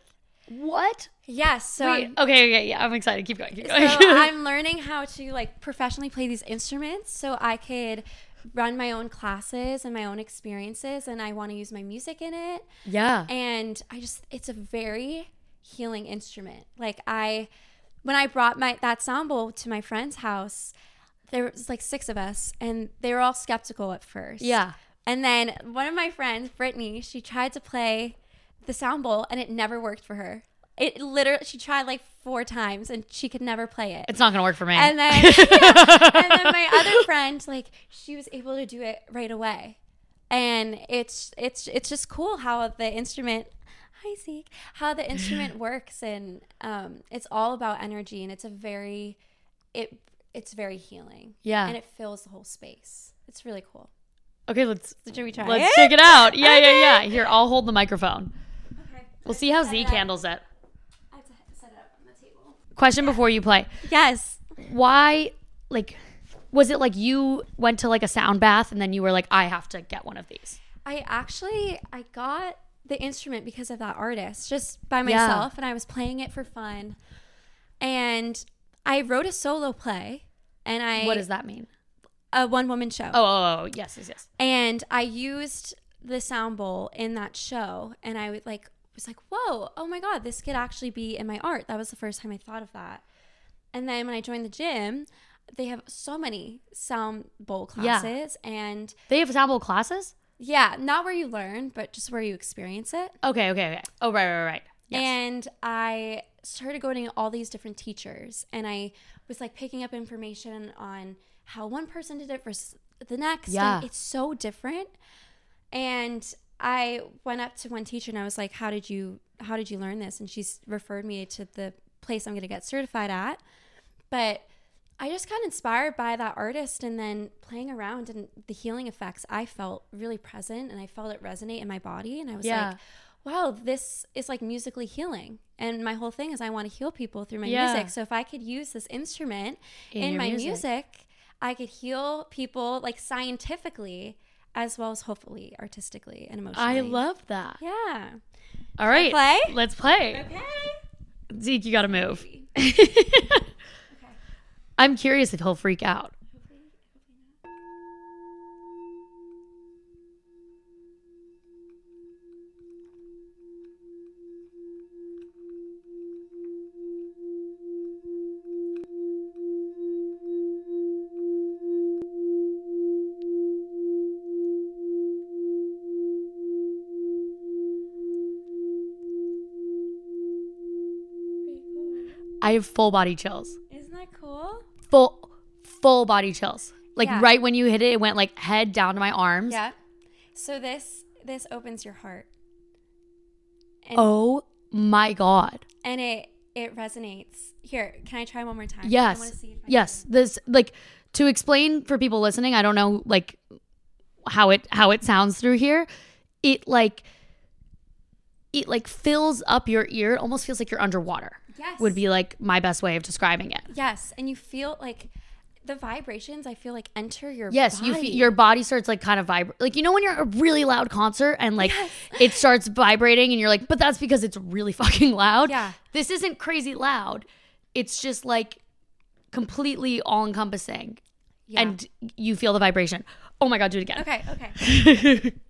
S1: What?
S3: Yes. So,
S1: Wait,
S3: I'm,
S1: okay, okay, yeah. I'm excited. Keep going. Keep
S3: so
S1: going.
S3: I'm learning how to like professionally play these instruments so I could run my own classes and my own experiences and I want to use my music in it.
S2: Yeah.
S3: And I just it's a very healing instrument. Like I when I brought my that samba to my friend's house, there was like six of us and they were all skeptical at first.
S1: yeah.
S3: And then one of my friends, Brittany, she tried to play the sound bowl and it never worked for her. It literally, she tried like four times and she could never play it.
S1: It's not gonna work for me.
S3: And then, and then my other friend, like she was able to do it right away. And it's it's it's just cool how the instrument, hi Zeke, how the instrument works, and um, it's all about energy, and it's a very, it it's very healing,
S1: yeah.
S3: and it fills the whole space. It's really cool.
S1: okay, let's
S3: Should we try
S1: let's
S3: it?
S1: check it out. Yeah, yeah, yeah. Here, I'll hold the microphone.
S3: Okay.
S1: We'll see how Z handles it.
S3: I have to set it up on the table.
S1: Question before you play.
S3: Yes.
S1: Why like was it like you went to like a sound bath and then you were like, I have to get one of these?
S3: I actually I got the instrument because of that artist, just by myself, and I was playing it for fun. And I wrote a solo play and I
S1: what does that mean?
S3: a one woman show.
S1: Oh, oh, oh, yes, yes, yes.
S3: And I used the sound bowl in that show and I would like was like, whoa, oh my god, this could actually be in my art. That was the first time I thought of that. And then when I joined the gym, they have so many sound bowl
S1: Yeah.
S3: classes and
S1: They have sample classes?
S3: Yeah, not where you learn, but just where you experience it.
S1: Okay, okay, okay. Oh, right, right, right. Yes.
S3: And I started going to all these different teachers and I was like picking up information on how one person did it versus the next.
S1: Yeah.
S3: And it's so different. And I went up to one teacher and I was like, How did you how did you learn this? And she's referred me to the place I'm gonna get certified at. But I just got inspired by that artist and then playing around and the healing effects I felt really present and I felt it resonate in my body and I was
S1: Yeah.
S3: like, wow, this is like musically healing. And my whole thing is I want to heal people through my
S1: Yeah.
S3: music. So if I could use this instrument
S1: In
S3: in,
S1: your
S3: my
S1: music.
S3: music. I could heal people like scientifically as well as hopefully artistically and emotionally.
S1: I love that.
S3: Yeah.
S1: All right.
S3: play?
S1: Let's play.
S3: Okay.
S1: Zeke, you got to move. I'm curious if he'll freak out. I have full body chills.
S3: Isn't that cool?
S1: Full full body chills. Like
S3: Yeah.
S1: right when you hit it, it went like head down to my arms.
S3: Yeah. So this this opens your heart. And,
S1: Oh my god.
S3: and it it resonates. Here, can I try one more time? I want to
S1: Yes.
S3: see if I
S1: Yes. This like to explain for people listening, I don't know like how it how it sounds through here. It like it like fills up your ear. It almost feels like you're underwater.
S3: Yes.
S1: Would be like my best way of describing it.
S3: Yes, and you feel like the vibrations. I feel like enter your
S1: Yes, you
S3: body.
S1: feel your body starts like kind of vibrate. Like you know when you're at a really loud concert and like it starts vibrating and you're like, but that's because it's really fucking loud.
S3: Yeah.
S1: This isn't crazy loud. It's just like completely all encompassing.
S3: Yeah.
S1: And you feel the vibration. Oh my god, do it again.
S3: Okay, okay.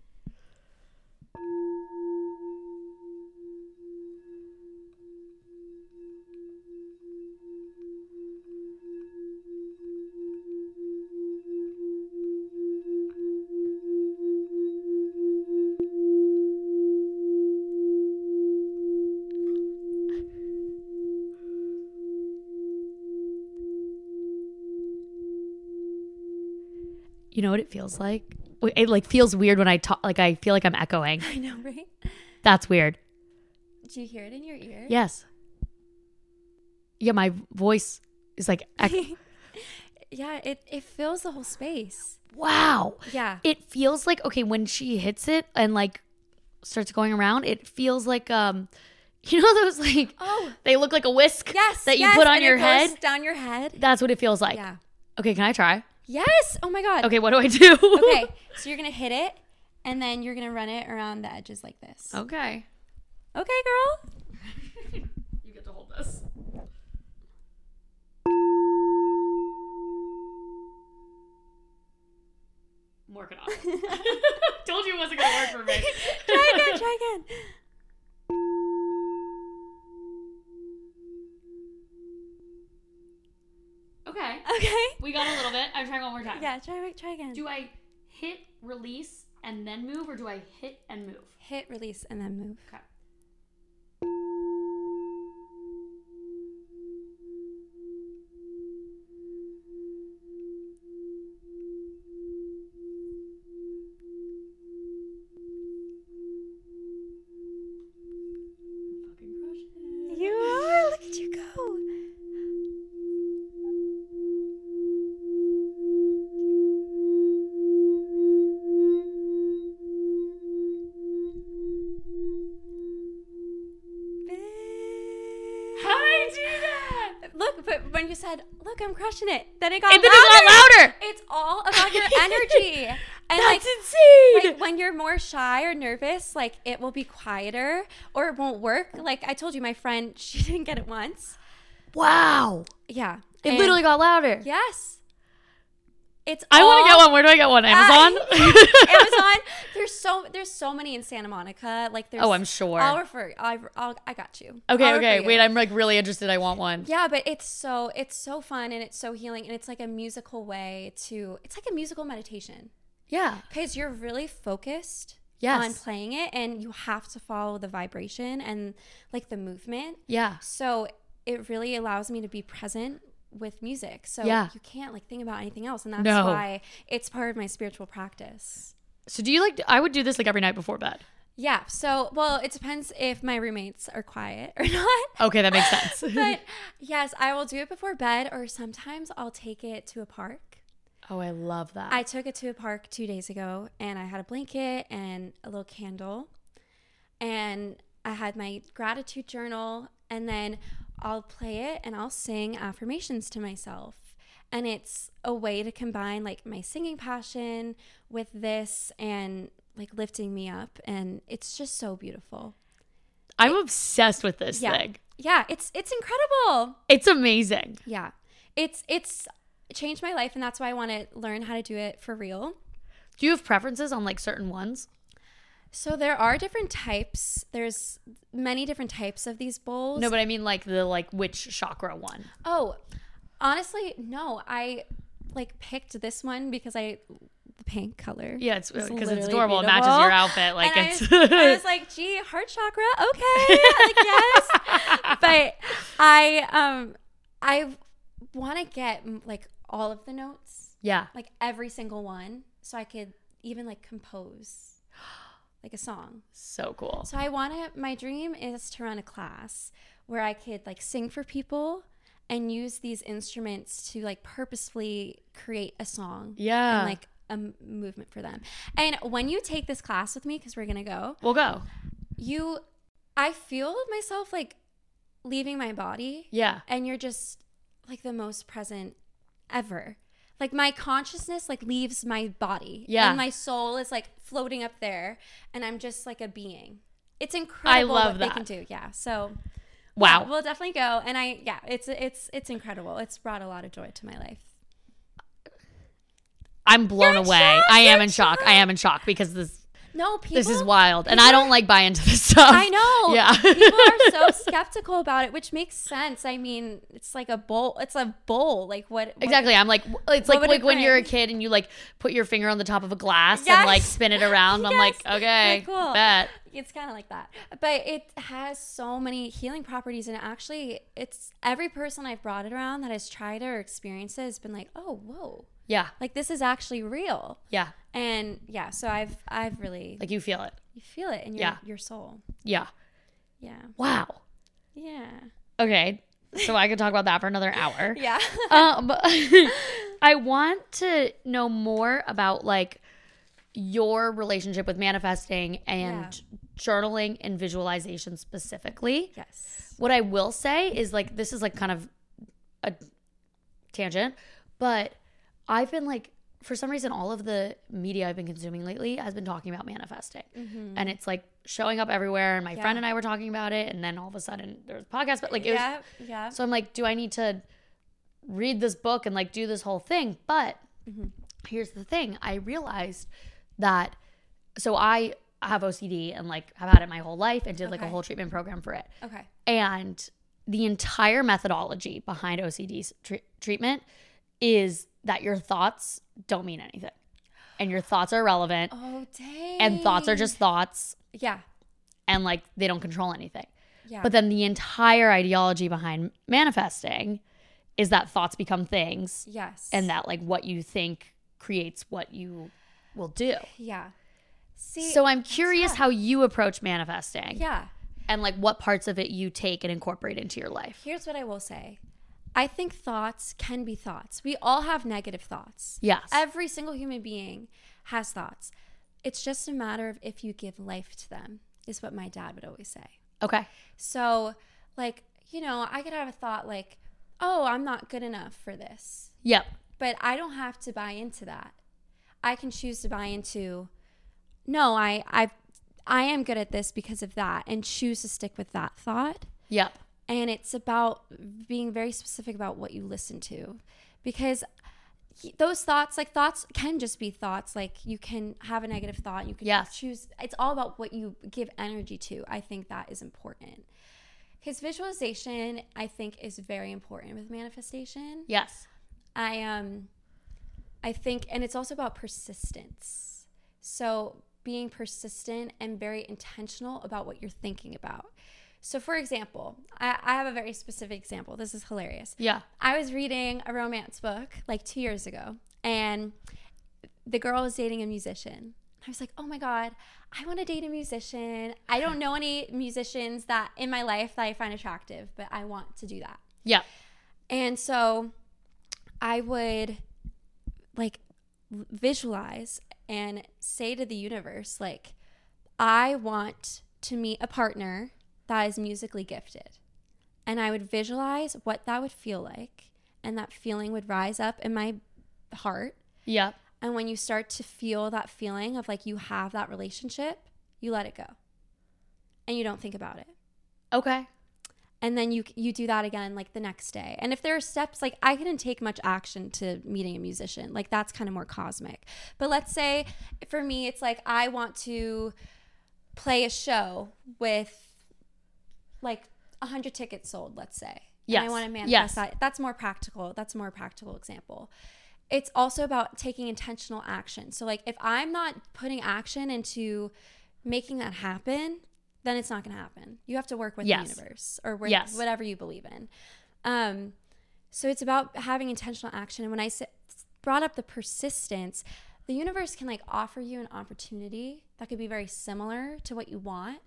S1: You know what it feels like? Wait, It like feels weird when I talk. Like I feel like I'm echoing.
S3: I know, right?
S1: That's weird.
S3: Do you hear it in your ear?
S1: Yes. Yeah, my voice is like, ec-
S3: yeah, it, it fills the whole space.
S1: wow.
S3: Yeah.
S1: It feels like okay when she hits it and like starts going around. It feels like um, you know those like
S3: oh,
S1: they look like a whisk.
S3: yes.
S1: that you
S3: yes,
S1: put on
S3: and
S1: your
S3: it
S1: head.
S3: goes down your head.
S1: That's what it feels like.
S3: Yeah.
S1: Okay, can I try?
S3: Yes. Oh my God.
S1: Okay, what do I do?
S3: okay. So you're going to hit it and then you're going to run it around the edges like this.
S1: Okay.
S3: Okay, girl.
S1: You get to hold this. Work it off. Told you it wasn't gonna work for me.
S3: Try again. Try again.
S1: Okay.
S3: Okay.
S1: We got a little bit. I'm trying one more time.
S3: Yeah, try, try again.
S1: Do I hit release and then move, or do I hit and move?
S3: Hit release and then move.
S1: Okay. Fucking crush it.
S3: You are. Look at you go.
S1: How did I do that?
S3: Look, but when you said, "Look, I'm crushing it," then it got
S1: And then
S3: louder.
S1: it got louder.
S3: It's all about your energy. And like,
S1: That's insane.
S3: like when you're more shy or nervous, like it will be quieter or it won't work. Like I told you, my friend, she didn't get it once.
S1: wow.
S3: Yeah,
S1: It
S3: And-
S1: literally got louder.
S3: yes. It's
S1: I want to
S3: all
S1: get one. Where do I get one?
S3: Uh,
S1: Amazon?
S3: Amazon. There's so there's so many in Santa Monica. Like there's
S1: Oh, I'm sure.
S3: I'll refer. I'll, I'll, I got you.
S1: Okay,
S3: I'll
S1: okay.
S3: refer you.
S1: Wait, I'm like really interested. I want one.
S3: Yeah, but it's so it's so fun and it's so healing and it's like a musical way to. It's like a musical meditation
S1: Yeah.
S3: because you're really focused.
S1: Yes.
S3: On playing it, and you have to follow the vibration and like the movement.
S1: Yeah.
S3: So it really allows me to be present with music. So
S1: Yeah.
S3: you can't like think about anything else. And that's
S1: No.
S3: why it's part of my spiritual practice.
S1: So do you like? I would do this like every night before bed.
S3: Yeah. So, well, it depends if my roommates are quiet or not.
S1: Okay, that makes sense.
S3: But yes, I will do it before bed, or sometimes I'll take it to a park.
S1: oh, I love that.
S3: I took it to a park two days ago, and I had a blanket and a little candle, and I had my gratitude journal, and then I'll play it and I'll sing affirmations to myself. And it's a way to combine like my singing passion with this and like lifting me up. And it's just so beautiful.
S1: I'm obsessed with this
S3: Yeah.
S1: thing.
S3: Yeah, it's it's incredible.
S1: It's amazing.
S3: Yeah. It's it's changed my life and that's why I want to learn how to do it for real.
S1: Do you have preferences on like certain ones?
S3: So there are different types. There's many different types of these bowls.
S1: No, but I mean like the like which chakra one.
S3: oh, honestly, no. I like picked this one because I the pink color.
S1: Yeah, it's
S3: It's
S1: because it's
S3: literally
S1: adorable. It matches
S3: beautiful.
S1: your outfit. Like
S3: and
S1: it's.
S3: I, was, I was like, gee, heart chakra, okay, like, yes. But I um I want to get like all of the notes.
S1: yeah.
S3: like every single one so i could even like compose like a song
S1: So cool.
S3: so i want to my dream is to run a class where i could like sing for people and use these instruments to like purposefully create a song
S1: Yeah.
S3: and like a m- movement for them and when you take this class with me because we're gonna go
S1: We'll go.
S3: you i feel myself like leaving my body
S1: Yeah.
S3: and you're just like the most present ever. Like my consciousness like leaves my body.
S1: Yeah.
S3: And my soul is like floating up there and I'm just like a being. It's incredible
S1: love
S3: what
S1: that.
S3: they can do. Yeah. So
S1: Wow.
S3: yeah, we'll definitely go. And I yeah, it's it's it's incredible. It's brought a lot of joy to my life.
S1: I'm blown
S3: in
S1: away.
S3: shock,
S1: I am
S3: you're
S1: in
S3: in
S1: shock. I am in shock because this
S3: No, people.
S1: this is wild, and I don't like buy into this stuff.
S3: I know.
S1: Yeah.
S3: People are so skeptical about it, which makes sense. I mean, it's like a bowl. It's a bowl. Like what? what-
S1: Exactly. I'm like, w- it's like
S3: would
S1: like
S3: it
S1: when you're a
S3: bring?
S1: kid and you like put your finger on the top of a glass and
S3: Yes.
S1: like spin it around. I'm like,
S3: Yes.
S1: okay,
S3: Like, cool.
S1: bet.
S3: It's kind of like that. But it has so many healing properties. And actually, it's every person I've brought it around that has tried it or experienced it has been like, oh, whoa.
S1: Yeah,
S3: Like this is actually real.
S1: yeah.
S3: And yeah, so I've I've really
S1: Like you feel it.
S3: you feel it in your
S1: Yeah.
S3: your soul.
S1: Yeah.
S3: Yeah.
S1: Wow.
S3: Yeah.
S1: Okay. So I could talk about that for another hour.
S3: Yeah.
S1: um, I want to know more about like your relationship with manifesting and journaling and visualization specifically.
S3: yes.
S1: What I will say is like this is like kind of a tangent, but I've been like for some reason all of the media I've been consuming lately has been talking about manifesting. And it's like showing up everywhere and my friend
S3: Mm-hmm. Yeah.
S1: and I were talking about it and then all of a sudden there was a podcast but like it was
S3: Yeah. Yeah.
S1: so I'm like, do I need to read this book and like do this whole thing? But
S3: Mm-hmm.
S1: here's the thing I realized that so I have OCD and like have had it my whole life and did like a
S3: Okay.
S1: whole treatment program for it.
S3: Okay.
S1: And the entire methodology behind OCD's tre- treatment is that your thoughts don't mean anything and your thoughts are irrelevant
S3: Oh dang.
S1: and thoughts are just thoughts
S3: Yeah.
S1: and like they don't control anything.
S3: Yeah.
S1: But then the entire ideology behind manifesting is that thoughts become things
S3: yes.
S1: and that like what you think creates what you will do.
S3: Yeah. See.
S1: so I'm curious
S3: tough.
S1: how you approach manifesting
S3: yeah.
S1: and like what parts of it you take and incorporate into your life.
S3: Here's what I will say. I think thoughts can be thoughts. We all have negative thoughts.
S1: Yes.
S3: Every single human being has thoughts. It's just a matter of if you give life to them, is what my dad would always say.
S1: okay.
S3: So, like, you know, I could have a thought like, oh, I'm not good enough for this,
S1: Yep.
S3: but I don't have to buy into that. I can choose to buy into, no, I, I, I am good at this because of that, and choose to stick with that thought
S1: Yep.
S3: and it's about being very specific about what you listen to because he- those thoughts like thoughts can just be thoughts like you can have a negative thought you can
S1: Yes.
S3: choose it's all about what you give energy to i think that is important because visualization i think is very important with manifestation
S1: Yes.
S3: I um I think and it's also about persistence. So being persistent and very intentional about what you're thinking about. So for example, I, I have a very specific example. This is hilarious.
S1: Yeah.
S3: I was reading a romance book like two years ago, and the girl was dating a musician. I was like, oh my God, I want to date a musician. I don't know any musicians that in my life that I find attractive, but I want to do that.
S1: Yep.
S3: And so I would like visualize and say to the universe, like, I want to meet a partner that is musically gifted. And I would visualize what that would feel like. And that feeling would rise up in my heart.
S1: Yep.
S3: And when you start to feel that feeling of like you have that relationship, you let it go and you don't think about it
S1: Okay.
S3: and then you you do that again like the next day and if there are steps like i couldn't take much action to meeting a musician like that's kind of more cosmic but let's say for me it's like i want to play a show with like 100 tickets sold let's say
S1: Yes.
S3: Yeah, and i want to manifest
S1: Yes.
S3: that that's more practical that's a more practical example it's also about taking intentional action so like if i'm not putting action into making that happen then it's not going to happen you have to work with
S1: Yes.
S3: the universe or with
S1: Yes.
S3: whatever you believe in um so it's about having intentional action and when i s- brought up the persistence the universe can like offer you an opportunity that could be very similar to what you want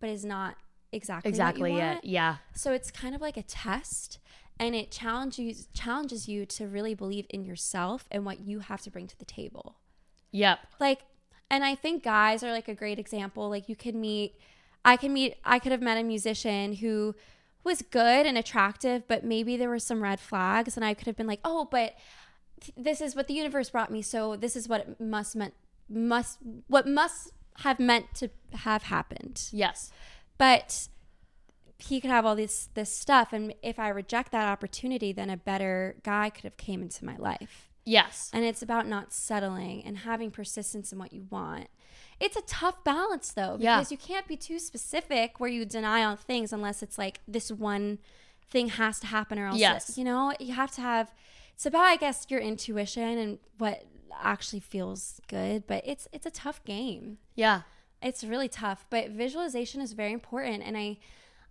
S3: but is not exactly
S1: Exactly
S3: what you
S1: it.
S3: want.
S1: Yeah.
S3: So it's kind of like a test and it challenges challenges you to really believe in yourself and what you have to bring to the table.
S1: Yep.
S3: Like and I think guys are like a great example. Like you could meet I could meet I could have met a musician who was good and attractive, but maybe there were some red flags and I could have been like, "Oh, but th- this is what the universe brought me, so this is what it must meant must what must have meant to have happened."
S1: Yes.
S3: but he could have all this this stuff and if i reject that opportunity then a better guy could have came into my life
S1: Yes.
S3: And it's about not settling and having persistence in what you want. It's a tough balance though,
S1: Yeah.
S3: because you can't be too specific where you deny on things unless it's like this one thing has to happen or else
S1: Yes.
S3: you know, you have to have it's about I guess your intuition and what actually feels good, but it's it's a tough game
S1: Yeah.
S3: it's really tough but visualization is very important and i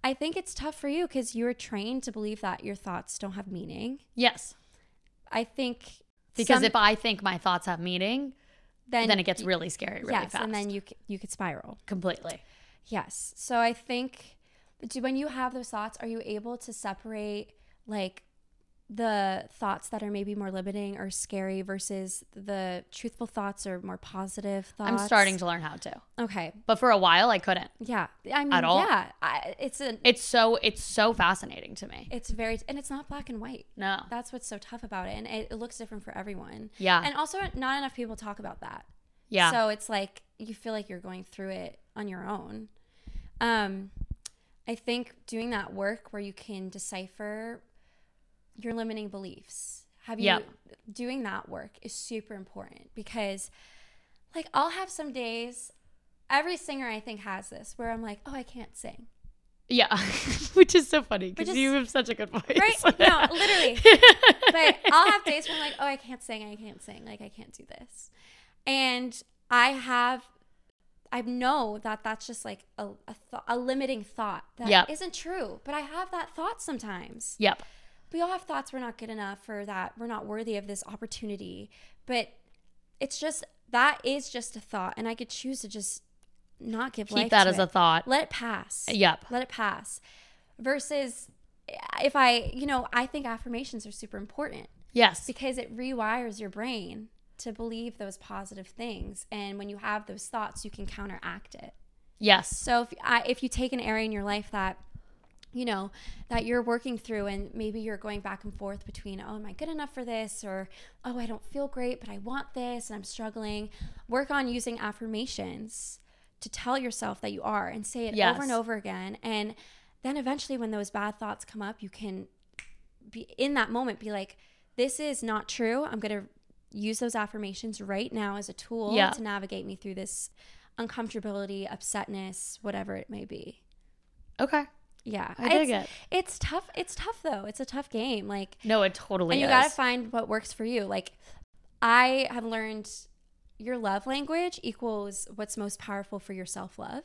S3: i think it's tough for you because you were trained to believe that your thoughts don't have meaning
S1: Yes.
S3: i think
S1: Because
S3: some-
S1: if I think my thoughts have meaning,
S3: then
S1: then it gets really scary really
S3: yes
S1: fast.
S3: and then you c- you could spiral
S1: completely.
S3: yes so i think do, when you have those thoughts are you able to separate like the thoughts that are maybe more limiting or scary versus the truthful thoughts or more positive thoughts
S1: I'm starting to learn how to.
S3: okay
S1: But for a while I couldn't.
S3: yeah i mean
S1: At all?
S3: yeah I, it's an
S1: It's so it's so fascinating to me.
S3: it's very and it's not black and white
S1: No.
S3: That's what's so tough about it. And it, it looks different for everyone.
S1: Yeah.
S3: And also, not enough people talk about that.
S1: yeah.
S3: So it's like you feel like you're going through it on your own. Um, I think doing that work where you can decipher your limiting beliefs. Have you
S1: Yep.
S3: doing that work is super important because like I'll have some days every singer I think has this where I'm like, "Oh, I can't sing."
S1: yeah. Which is so funny
S3: Which
S1: because
S3: is-
S1: you have such a good voice.
S3: Right? No, literally. but I'll have days where I'm like, oh, I can't sing, I can't sing, like I can't do this. And I have, I know that that's just like a a, th- a limiting thought that
S1: Yep.
S3: not true. But I have that thought sometimes.
S1: Yep.
S3: We all have thoughts we're not good enough or that we're not worthy of this opportunity. But it's just that is just a thought, and I could choose to just not give life
S1: Keep that
S3: to
S1: as a
S3: it.
S1: thought.
S3: Let it pass
S1: Yep.
S3: let it pass versus if i you know i think affirmations are super important
S1: Yes.
S3: because it rewires your brain to believe those positive things and when you have those thoughts you can counteract it
S1: Yes.
S3: so if I, if you take an area in your life that you know that you're working through and maybe you're going back and forth between oh am I good enough for this or oh I don't feel great but I want this and I'm struggling work on using affirmations to tell yourself that you are and say it
S1: Yes.
S3: over and over again and then eventually when those bad thoughts come up you can be in that moment be like this is not true i'm going to use those affirmations right now as a tool
S1: Yeah.
S3: to navigate me through this uncomfortability upsetness whatever it may be
S1: Okay.
S3: yeah
S1: I dig
S3: it's,
S1: it.
S3: it's tough it's tough though it's a tough game like
S1: No, it totally
S3: and you
S1: is.
S3: gotta find what works for you like i have learned your love language equals what's most powerful for your self-love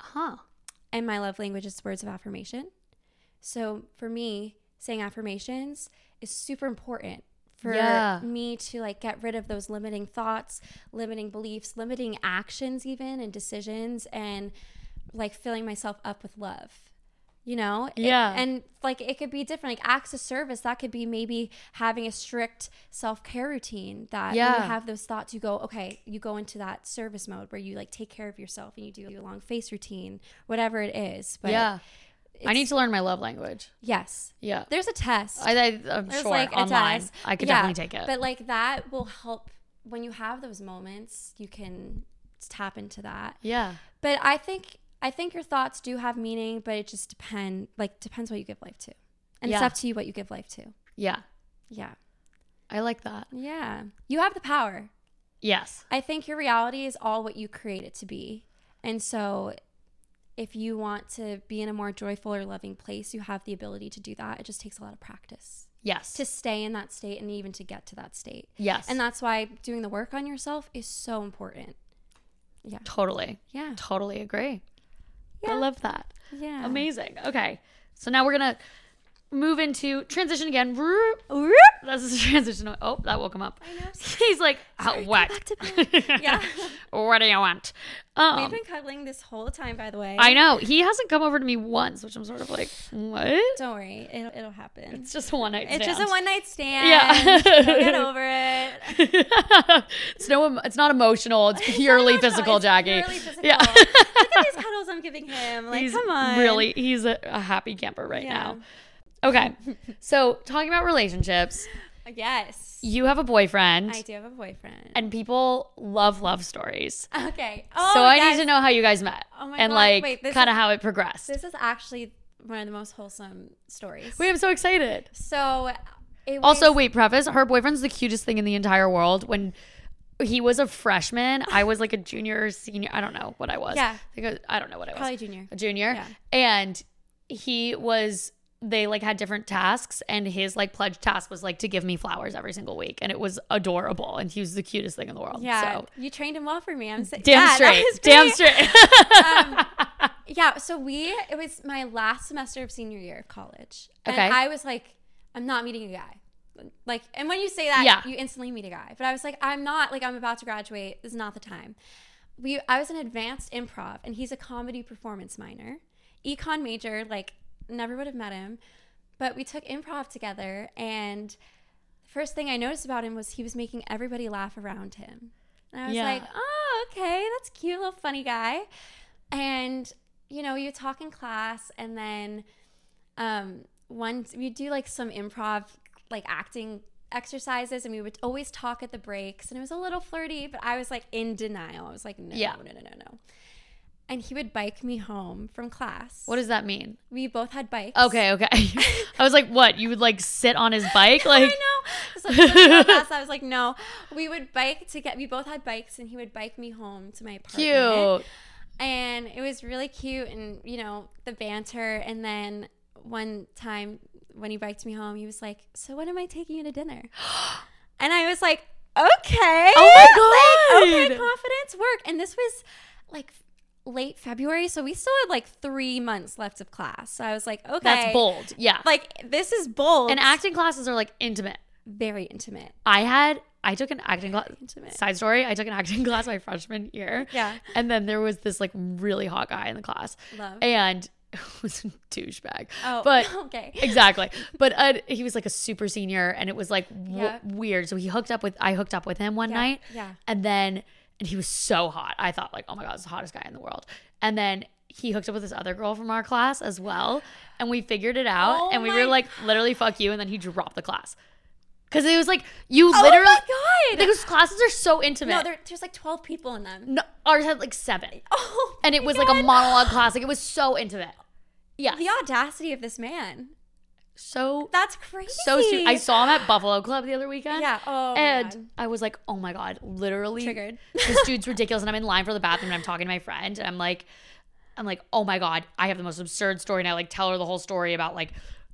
S1: huh.
S3: and my love language is words of affirmation. So for me, saying affirmations is super important for
S1: Yeah.
S3: me to like get rid of those limiting thoughts, limiting beliefs, limiting actions even and decisions and like filling myself up with love. You know? It-
S1: Yeah.
S3: and like it could be different. Like acts of service, that could be maybe having a strict self care routine that when
S1: Yeah.
S3: you have those thoughts, you go, okay, you go into that service mode where you like take care of yourself and you do a long face routine, whatever it is. But
S1: yeah. I
S3: it's-
S1: need to learn my love language.
S3: yes,
S1: Yeah.
S3: there's a test.
S1: I, I, I'm
S3: There's
S1: sure
S3: like a
S1: online.
S3: test.
S1: I could
S3: Yeah,
S1: definitely take it.
S3: But like that will help when you have those moments, you can tap into that.
S1: yeah.
S3: But I think I think your thoughts do have meaning, but it just depend like depends what you give life to. And it's
S1: Yeah.
S3: up to you what you give life to.
S1: Yeah.
S3: Yeah.
S1: I like that.
S3: Yeah. You have the power.
S1: Yes.
S3: I think your reality is all what you create it to be. And so if you want to be in a more joyful or loving place, you have the ability to do that. It just takes a lot of practice
S1: Yes.
S3: to stay in that state and even to get to that state.
S1: yes.
S3: And that's why doing the work on yourself is so important.
S1: totally.
S3: Yeah.
S1: Totally agree.
S3: Yeah.
S1: I love that.
S3: Yeah.
S1: Amazing. Okay. So now we're going to move into transition again. Roop, roop. That's the transition. Oh, that woke him up. He's like, oh, what?
S3: back to bed. Yeah.
S1: what do you want? Um,
S3: We've been cuddling this whole time, by the way.
S1: I know. He hasn't come over to me once, which I'm sort of like, what?
S3: Don't worry, it'll, it'll happen. It's,
S1: It's just a one night stand.
S3: just a one night stand.
S1: Yeah.
S3: Don't get over it.
S1: it's no. em- It's not emotional. It's purely
S3: Emotional,
S1: physical,
S3: it's
S1: Jackie.
S3: purely physical.
S1: Yeah.
S3: Look at these cuddles I'm giving him. Like,
S1: he's
S3: come on.
S1: Really, he's a, a happy camper right
S3: Yeah.
S1: now. Okay. so talking about relationships,
S3: Yes.
S1: you have a boyfriend,
S3: I do have a boyfriend.
S1: and people love love stories.
S3: okay. Oh,
S1: so I
S3: yes.
S1: need to know how you guys met
S3: Oh my
S1: and
S3: God.
S1: like
S3: Wait, this
S1: kind of
S3: is-
S1: how it progressed.
S3: This is actually one of the most wholesome stories.
S1: Wait, I'm so excited.
S3: So It
S1: Also,
S3: was-
S1: wait, preface her boyfriend's the cutest thing in the entire world. When he was a freshman, I was like a junior, or senior. I don't know what I was.
S3: Yeah.
S1: I, think I, was- I don't know what I was.
S3: Probably junior.
S1: A junior.
S3: Yeah.
S1: And he was, they like had different tasks, and his like pledge task was like to give me flowers every single week. And it was adorable. And he was the cutest thing in the world.
S3: Yeah,
S1: So.
S3: you trained him well for me. I'm saying,
S1: Damn
S3: yeah, that
S1: straight.
S3: was
S1: Damn
S3: great.
S1: straight.
S3: Yeah, so we it was my last semester of senior year of college. And
S1: Okay.
S3: I was like, I'm not meeting a guy. Like and when you say that,
S1: Yeah.
S3: you instantly meet a guy. But I was like, I'm not like I'm about to graduate. This is not the time. We I was an advanced improv and he's a comedy performance minor. Econ major, like never would have met him. But we took improv together and the first thing I noticed about him was he was making everybody laugh around him. And I was
S1: Yeah.
S3: like, oh, okay, that's cute, little funny guy. And you know, you talk in class, and then um, once we do like some improv, like acting exercises, and we would always talk at the breaks, and it was a little flirty, but I was like in denial. I was like, no,
S1: Yeah.
S3: no, no, no, no. And he would bike me home from class.
S1: What does that mean?
S3: we both had bikes.
S1: Okay, okay. I was like, what? You would like sit on his bike? Like,
S3: I know. So he was so fast, I was like, no. We would bike to get. We both had bikes, and he would bike me home to my apartment.
S1: cute.
S3: and it was really cute and you know the banter and then one time when he biked me home he was like so when am i taking you to dinner and i was like okay
S1: Oh my
S3: like, okay
S1: God.
S3: confidence work and this was like late february so we still had like three months left of class so i was like okay
S1: That's bold. Yeah.
S3: like this is bold
S1: and acting classes are like intimate.
S3: very intimate
S1: I had I took an acting class.
S3: intimate
S1: Side story: I took an acting class my freshman year.
S3: Yeah.
S1: and then there was this like really hot guy in the class,
S3: love
S1: and it was a douchebag.
S3: oh
S1: but
S3: okay
S1: exactly. But uh, he was like a super senior, and it was like w-
S3: Yeah.
S1: weird. So he hooked up with I hooked up with him one
S3: Yeah,
S1: night,
S3: yeah
S1: and then and he was so hot. I thought like, oh my god, he's the hottest guy in the world. And then he hooked up with this other girl from our class as well, and we figured it out.
S3: Oh
S1: and we
S3: my-
S1: were like, literally, fuck you. And then he dropped the class because it was like you
S3: oh
S1: literally.
S3: my god
S1: Those classes are so intimate.
S3: no there, there's like 12 people in them
S1: No, ours had like seven,
S3: Oh,
S1: and it
S3: my
S1: was like a
S3: God.
S1: monologue class. Like it was so intimate. Yeah,
S3: The audacity of this man.
S1: so
S3: That's crazy.
S1: so. Stu- I saw him at Buffalo Club the other weekend.
S3: Yeah. Oh, my
S1: and
S3: God.
S1: I was like, oh my god, literally
S3: Triggered.
S1: This dude's ridiculous, and I'm in line for the bathroom, and I'm talking to my friend, and I'm like, I'm like, oh my god, I have the most absurd story, and I like tell her the whole story about like.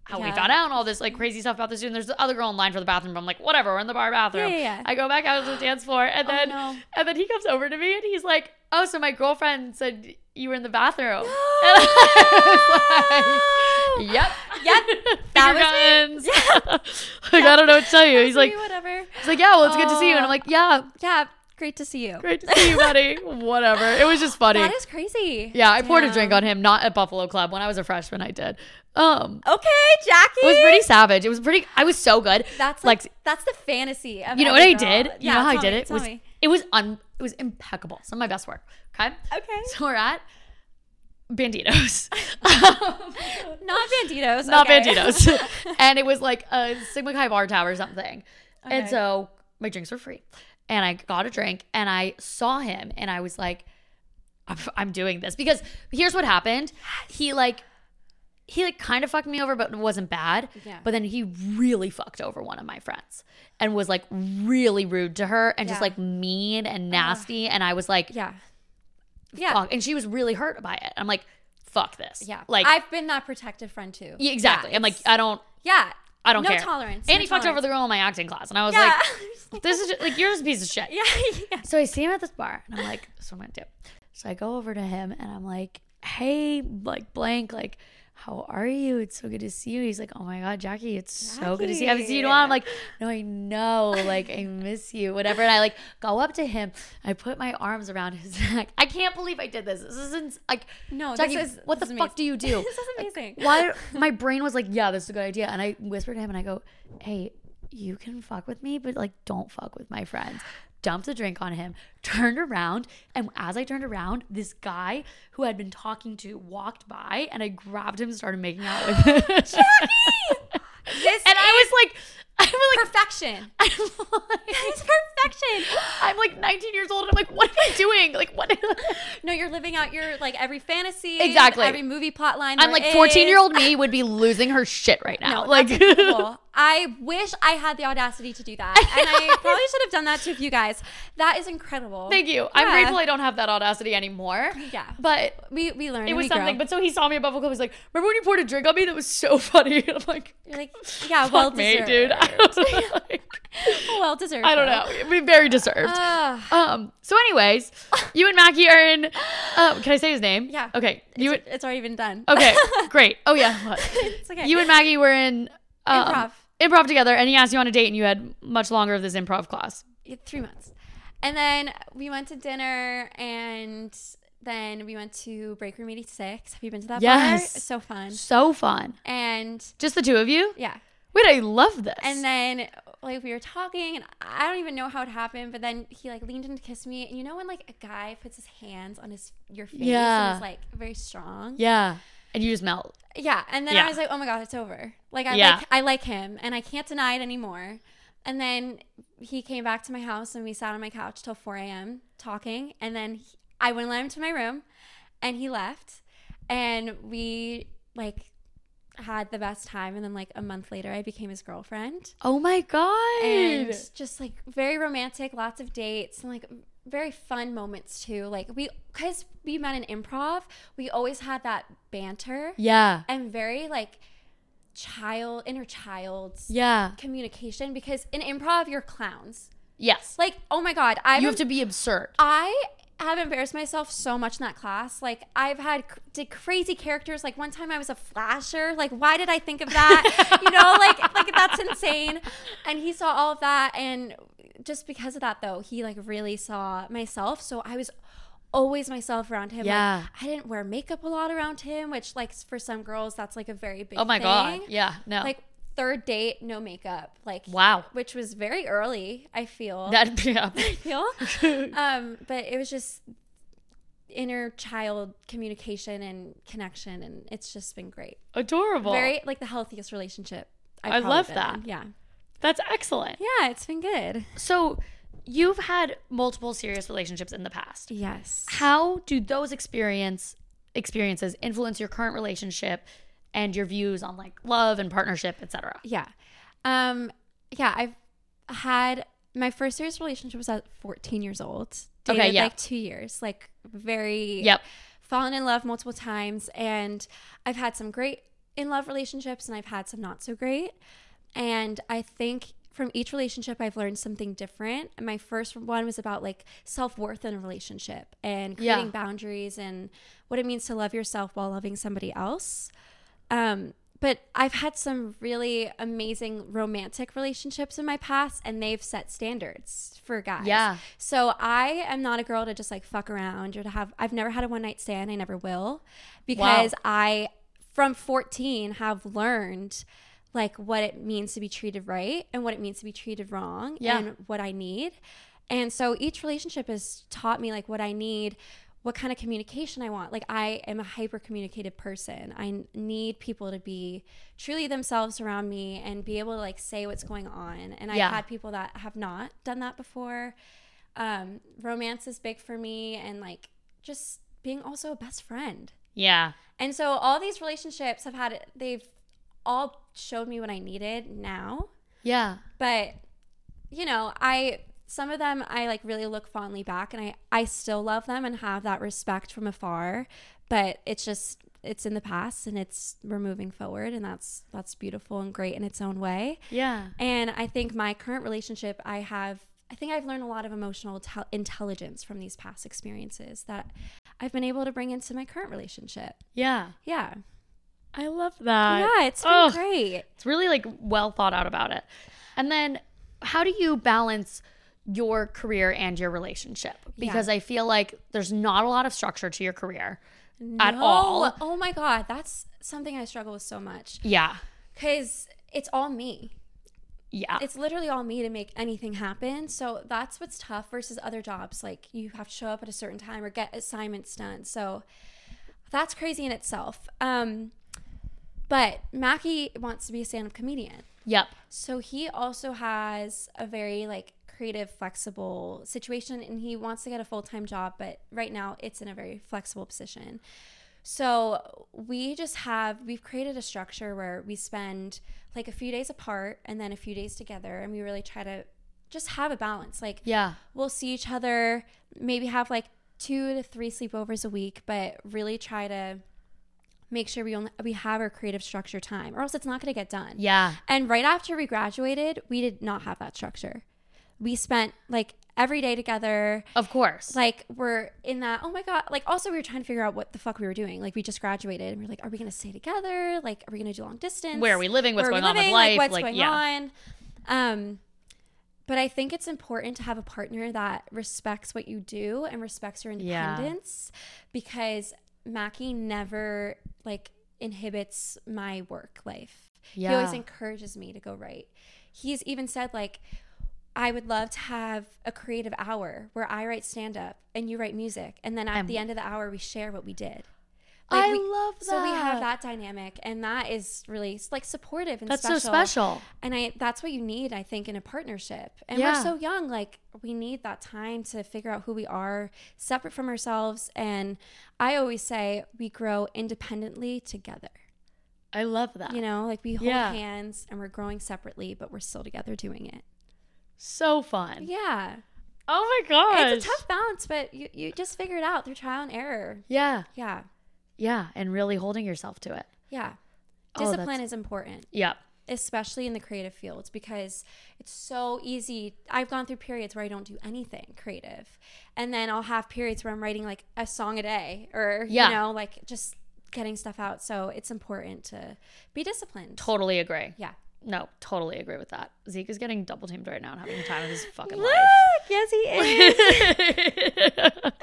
S1: How we
S3: Yeah.
S1: found out and all this like crazy stuff about this dude. And there's the other girl in line for the bathroom. But I'm like, whatever, we're in the bar bathroom.
S3: Yeah, yeah, yeah.
S1: I go back out to the dance floor, and
S3: Oh,
S1: then
S3: no.
S1: and then he comes over to me, and he's like, "Oh, so my girlfriend said you were in the bathroom." And I was like, "Yep,
S3: Yep.
S1: that was me. like I don't know what to tell you. He's like,
S3: whatever.
S1: he's like, yeah, well, it's good to see you, and I'm
S3: Oh.
S1: like, yeah,
S3: Yeah, great to see you.
S1: great to see you, buddy. Whatever. It was just funny.
S3: That is crazy.
S1: yeah, I poured a drink
S3: Damn.
S1: on him, not at Buffalo Club when I was a freshman. I did. Um,
S3: Okay, Jackie.
S1: it was pretty savage. It was pretty. I was so good.
S3: That's like,
S1: like,
S3: that's the fantasy. Of
S1: you know what I
S3: every
S1: did. You
S3: girl.
S1: know how I
S3: tell
S1: did
S3: me,
S1: it.
S3: tell
S1: was
S3: me.
S1: it was un it was impeccable. Some of my best work. Okay.
S3: okay.
S1: So we're at Banditos. Um,
S3: Not banditos.
S1: not
S3: okay.
S1: Banditos. and it was like a Sigma Chi bar tab or something. And
S3: Okay.
S1: so my drinks were free. And I got a drink and I saw him and I was like, I'm, I'm doing this. Because here's what happened. He like, he like kind of fucked me over, but it wasn't bad.
S3: Yeah.
S1: But then he really fucked over one of my friends and was like really rude to her and just
S3: Yeah.
S1: like mean and nasty. And I was like,
S3: yeah. Yeah.
S1: fuck. And she was really hurt by it. I'm like, fuck this.
S3: Yeah.
S1: Like,
S3: I've been that protective friend too.
S1: yeah, exactly. I'm like,
S3: it's-
S1: I don't,
S3: yeah.
S1: I don't
S3: no
S1: care.
S3: tolerance.
S1: And
S3: no
S1: he fucked over
S3: tolerance.
S1: the girl in my acting class, and I was
S3: Yeah.
S1: like, "This is just, like you're just a piece of shit."
S3: yeah. Yeah.
S1: So I see him at this bar, and I'm like, "This is what I'm gonna do." So I go over to him, and I'm like, "Hey, like blank, like." How are you? It's so good to see you. He's like, Oh my God, Jackie, it's so good to see you. I haven't seen you in a while. I'm like, No, I know. Like, I miss you, whatever. And I like go up to him. I put my arms around his neck. I can't believe I did this. This isn't like,
S3: No, this
S1: Jackie,
S3: is-
S1: what
S3: this
S1: the
S3: is
S1: fuck do you do?
S3: This is amazing.
S1: why my brain was like, yeah, this is a good idea. And I whispered to him and I go, hey, you can fuck with me, but like, don't fuck with my friends. Dumped the drink on him, turned around, and as I turned around, this guy who I'd been talking to walked by and I grabbed him and started making out with him.
S3: This
S1: and I was like, I was like,
S3: perfection.
S1: I'm like,
S3: It's perfection. direction.
S1: I'm like 19 years old and I'm like, what am I doing? Like, what?
S3: No, you're living out your like every fantasy,
S1: Exactly.
S3: every movie plot line.
S1: I'm
S3: there
S1: like 14 year
S3: is.
S1: old me would be losing her shit right now.
S3: No,
S1: like,
S3: that's incredible. I wish I had the audacity to do that, and I probably should have done that to you guys. That is incredible.
S1: thank you. I'm
S3: Yeah.
S1: grateful I don't have that audacity anymore.
S3: Yeah.
S1: But
S3: We we learned.
S1: it
S3: and
S1: was
S3: we grow.
S1: something. But so he saw me above a club. He's like, remember when you poured a drink on me? That was so funny. I'm like,
S3: You're like, yeah,
S1: fuck
S3: well
S1: me,
S3: deserved,
S1: dude. I, was like,
S3: Well deserved.
S1: I don't
S3: though.
S1: know. It'd be very deserved.
S3: Ah,
S1: um. So, anyways, you and Mackie are in. Uh, can I say his name?
S3: Yeah.
S1: Okay. You. And,
S3: it's, it's already been done.
S1: okay. Great. Oh yeah. What?
S3: it's okay.
S1: You and Maggie were in um,
S3: Improv.
S1: improv together, and he asked you on a date, and you had much longer of this improv class.
S3: Yeah, three months. And then we went to dinner and then we went to Break Room 86. Have you been to that bar?
S1: Yes.
S3: It's so fun.
S1: So fun.
S3: And
S1: Just the two of you?
S3: yeah.
S1: Wait, I love this.
S3: And then like we were talking and I don't even know how it happened, but then he like leaned in to kiss me. And you know when like a guy puts his hands on his your face
S1: Yeah.
S3: and is like very strong?
S1: yeah. And you just melt.
S3: Yeah, and then
S1: Yeah.
S3: I was like, "Oh my god, it's over." Like I
S1: Yeah.
S3: like I like him, and I can't deny it anymore. And then he came back to my house, and we sat on my couch till 4 a.m. talking. And then he- I went and let him to my room, and he left, and we like had the best time. And then like a month later, I became his girlfriend,
S1: Oh my god.
S3: and just like very romantic, lots of dates, and like very fun moments too. Like we, cause we met in improv, we always had that banter
S1: yeah.
S3: and very like child inner child's
S1: Yeah.
S3: communication because in improv you're clowns
S1: Yes.
S3: like oh my god i
S1: you have to be absurd.
S3: i have embarrassed myself so much in that class like i've had c- did crazy characters like one time i was a flasher like why did i think of that you know like like that's insane and he saw all of that and just because of that though he like really saw myself so i was always myself around him Like,
S1: Yeah.
S3: i didn't wear makeup a lot around him which like for some girls that's like a very big
S1: Oh my god.
S3: thing
S1: Yeah. No.
S3: like third date no makeup like
S1: Wow.
S3: which was very early i feel
S1: that yeah.
S3: I feel um but it was just inner child communication and connection and it's just been great
S1: Adorable.
S3: very like the healthiest relationship I've
S1: I
S3: probably
S1: love
S3: been
S1: that.
S3: in. yeah
S1: That's excellent.
S3: yeah it's been good
S1: So you've had multiple serious relationships in the past.
S3: yes
S1: How do those experience experiences influence your current relationship and your views on like love and partnership, etc.?
S3: yeah um yeah i've had my first serious relationship was at 14 years old
S1: Okay,
S3: dated
S1: yeah.
S3: like two years like very
S1: Yep.
S3: fallen in love multiple times and I've had some great in love relationships and I've had some not so great. And I think from each relationship I've learned something different. And my first one was about like self-worth in a relationship and
S1: Yeah.
S3: creating boundaries and what it means to love yourself while loving somebody else. Um but I've had some really amazing romantic relationships in my past, and they've set standards for guys.
S1: Yeah.
S3: So I am not a girl to just like fuck around or to have. I've never had a one night stand. I never will, because I, from fourteen, have learned like what it means to be treated right and what it means to be treated wrong
S1: Yeah.
S3: and what I need. And so each relationship has taught me like what I need, what kind of communication I want. Like I am a hyper communicative person. I n- need people to be truly themselves around me and be able to like say what's going on. And
S1: Yeah.
S3: I've had people that have not done that before. Um, romance is big for me and like just being also a best friend.
S1: Yeah.
S3: And so all these relationships have had they've all showed me what I needed now
S1: Yeah.
S3: but you know i some of them i like really look fondly back and i i still love them and have that respect from afar but it's just it's in the past and it's we're moving forward and that's that's beautiful and great in its own way
S1: Yeah.
S3: and i think my current relationship i have i think i've learned a lot of emotional tel- intelligence from these past experiences that i've been able to bring into my current relationship
S1: Yeah.
S3: yeah
S1: I love that.
S3: yeah it's been
S1: Ugh.
S3: great
S1: It's really like well thought out about it. And then how do you balance your career and your relationship? Because I feel like there's not a lot of structure to your career at
S3: No.
S1: all.
S3: Oh my god, that's something I struggle with so much
S1: Yeah.
S3: because it's all me.
S1: Yeah.
S3: It's literally all me to make anything happen. So that's what's tough versus other jobs. Like you have to show up at a certain time or get assignments done. So that's crazy in itself. Um, but Mackie wants to be a stand-up comedian.
S1: yep.
S3: So he also has a very like creative, flexible situation, and he wants to get a full time job, but right now it's in a very flexible position. So we just have we've created a structure where we spend like a few days apart and then a few days together, and we really try to just have a balance. Like
S1: Yeah.
S3: we'll see each other, maybe have like two to three sleepovers a week, but really try to make sure we only we have our creative structure time, or else it's not going to get done.
S1: Yeah.
S3: And right after we graduated, we did not have that structure. We spent like every day together.
S1: Of course.
S3: Like we're in that. Oh my god! Like also we were trying to figure out what the fuck we were doing. Like we just graduated, and we are like, are we gonna stay together? Like are we gonna do long distance?
S1: where are we living? What's
S3: Where are
S1: going
S3: we
S1: on with
S3: living?
S1: life?
S3: what's going on? Um, but I think it's important to have a partner that respects what you do and respects your
S1: Yeah.
S3: independence because Mackie never like inhibits my work life. He always
S1: Yeah.
S3: encourages me to go write. He's even said like I would love to have a creative hour where I write stand up and you write music and then at
S1: And-
S3: the end of the hour we share what we did.
S1: I
S3: we-
S1: love
S3: So we have
S1: that.
S3: that dynamic and that is really like supportive and
S1: That's
S3: special.
S1: so special.
S3: And I that's what you need, I think, in a partnership. And
S1: Yeah.
S3: we're so young, like we need that time to figure out who we are, separate from ourselves. And I always say we grow independently together.
S1: I love that.
S3: You know, like we hold
S1: Yeah.
S3: hands and we're growing separately, but we're still together doing it.
S1: so fun.
S3: Yeah.
S1: Oh my gosh.
S3: It's a tough balance, but you, you just figure it out through trial and error.
S1: Yeah.
S3: Yeah.
S1: Yeah. And really holding yourself to it.
S3: Yeah.
S1: Oh, that's-
S3: Discipline is important.
S1: Yeah.
S3: especially in the creative fields because it's so easy. I've gone through periods where I don't do anything creative. And then I'll have periods where I'm writing like a song a day or
S1: Yeah.
S3: you know, like just getting stuff out. So it's important to be disciplined.
S1: Totally agree.
S3: Yeah.
S1: No, totally agree with that. Zeke is getting double teamed right now and having the time of his fucking
S3: Look,
S1: life.
S3: yes he is.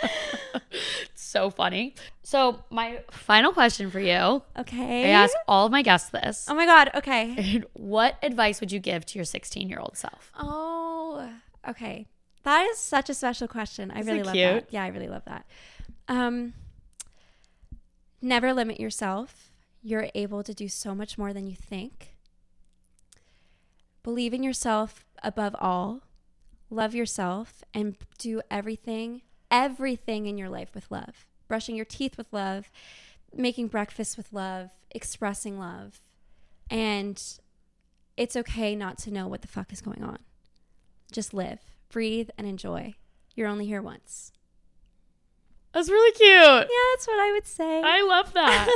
S1: so funny. So, my final question for you I
S3: okay.
S1: ask all of my guests this.
S3: Oh my god, okay.
S1: What advice would you give to your 16 year old self?
S3: Oh, okay. That is such a special question. I
S1: Isn't
S3: really
S1: it
S3: love
S1: cute?
S3: that. Yeah, I really love that. Um, never limit yourself. You're able to do so much more than you think. Believe in yourself above all. Love yourself and do everything, everything in your life with love. Brushing your teeth with love, making breakfast with love, expressing love. And it's okay not to know what the fuck is going on. Just live, breathe, and enjoy. You're only here once.
S1: That's really cute.
S3: Yeah, that's what I would say.
S1: I love that.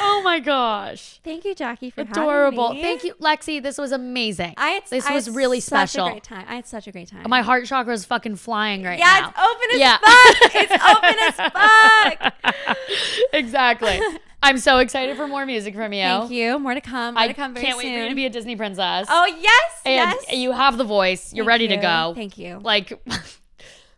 S1: oh my gosh.
S3: Thank you, Jackie, for
S1: Adorable.
S3: Having me.
S1: Thank you, Lexi. This was amazing.
S3: I had,
S1: this
S3: I
S1: was
S3: had
S1: really
S3: such
S1: special.
S3: A great time. I had such a great time.
S1: My heart chakra is fucking flying right
S3: yeah,
S1: now.
S3: it's open as
S1: Yeah.
S3: fuck. It's open as fuck.
S1: exactly. I'm so excited for more music from you.
S3: Thank you. More to come. More
S1: I
S3: to come very
S1: can't
S3: soon.
S1: wait for you to be a Disney princess.
S3: oh yes,
S1: and
S3: yes.
S1: you have the voice. You're
S3: Thank
S1: ready to
S3: you.
S1: go.
S3: Thank you.
S1: Like,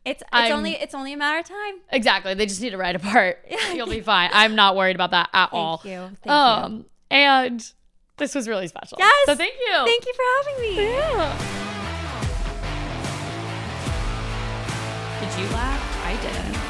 S3: it's it's
S1: I'm-
S3: only it's only a matter of time.
S1: exactly. They just need to write a part. You'll be fine. I'm not worried about that at all.
S3: Thank you. Thank you.
S1: Um, and this was really special.
S3: Yes.
S1: So thank you.
S3: Thank you for having me.
S1: Did you laugh? I didn't.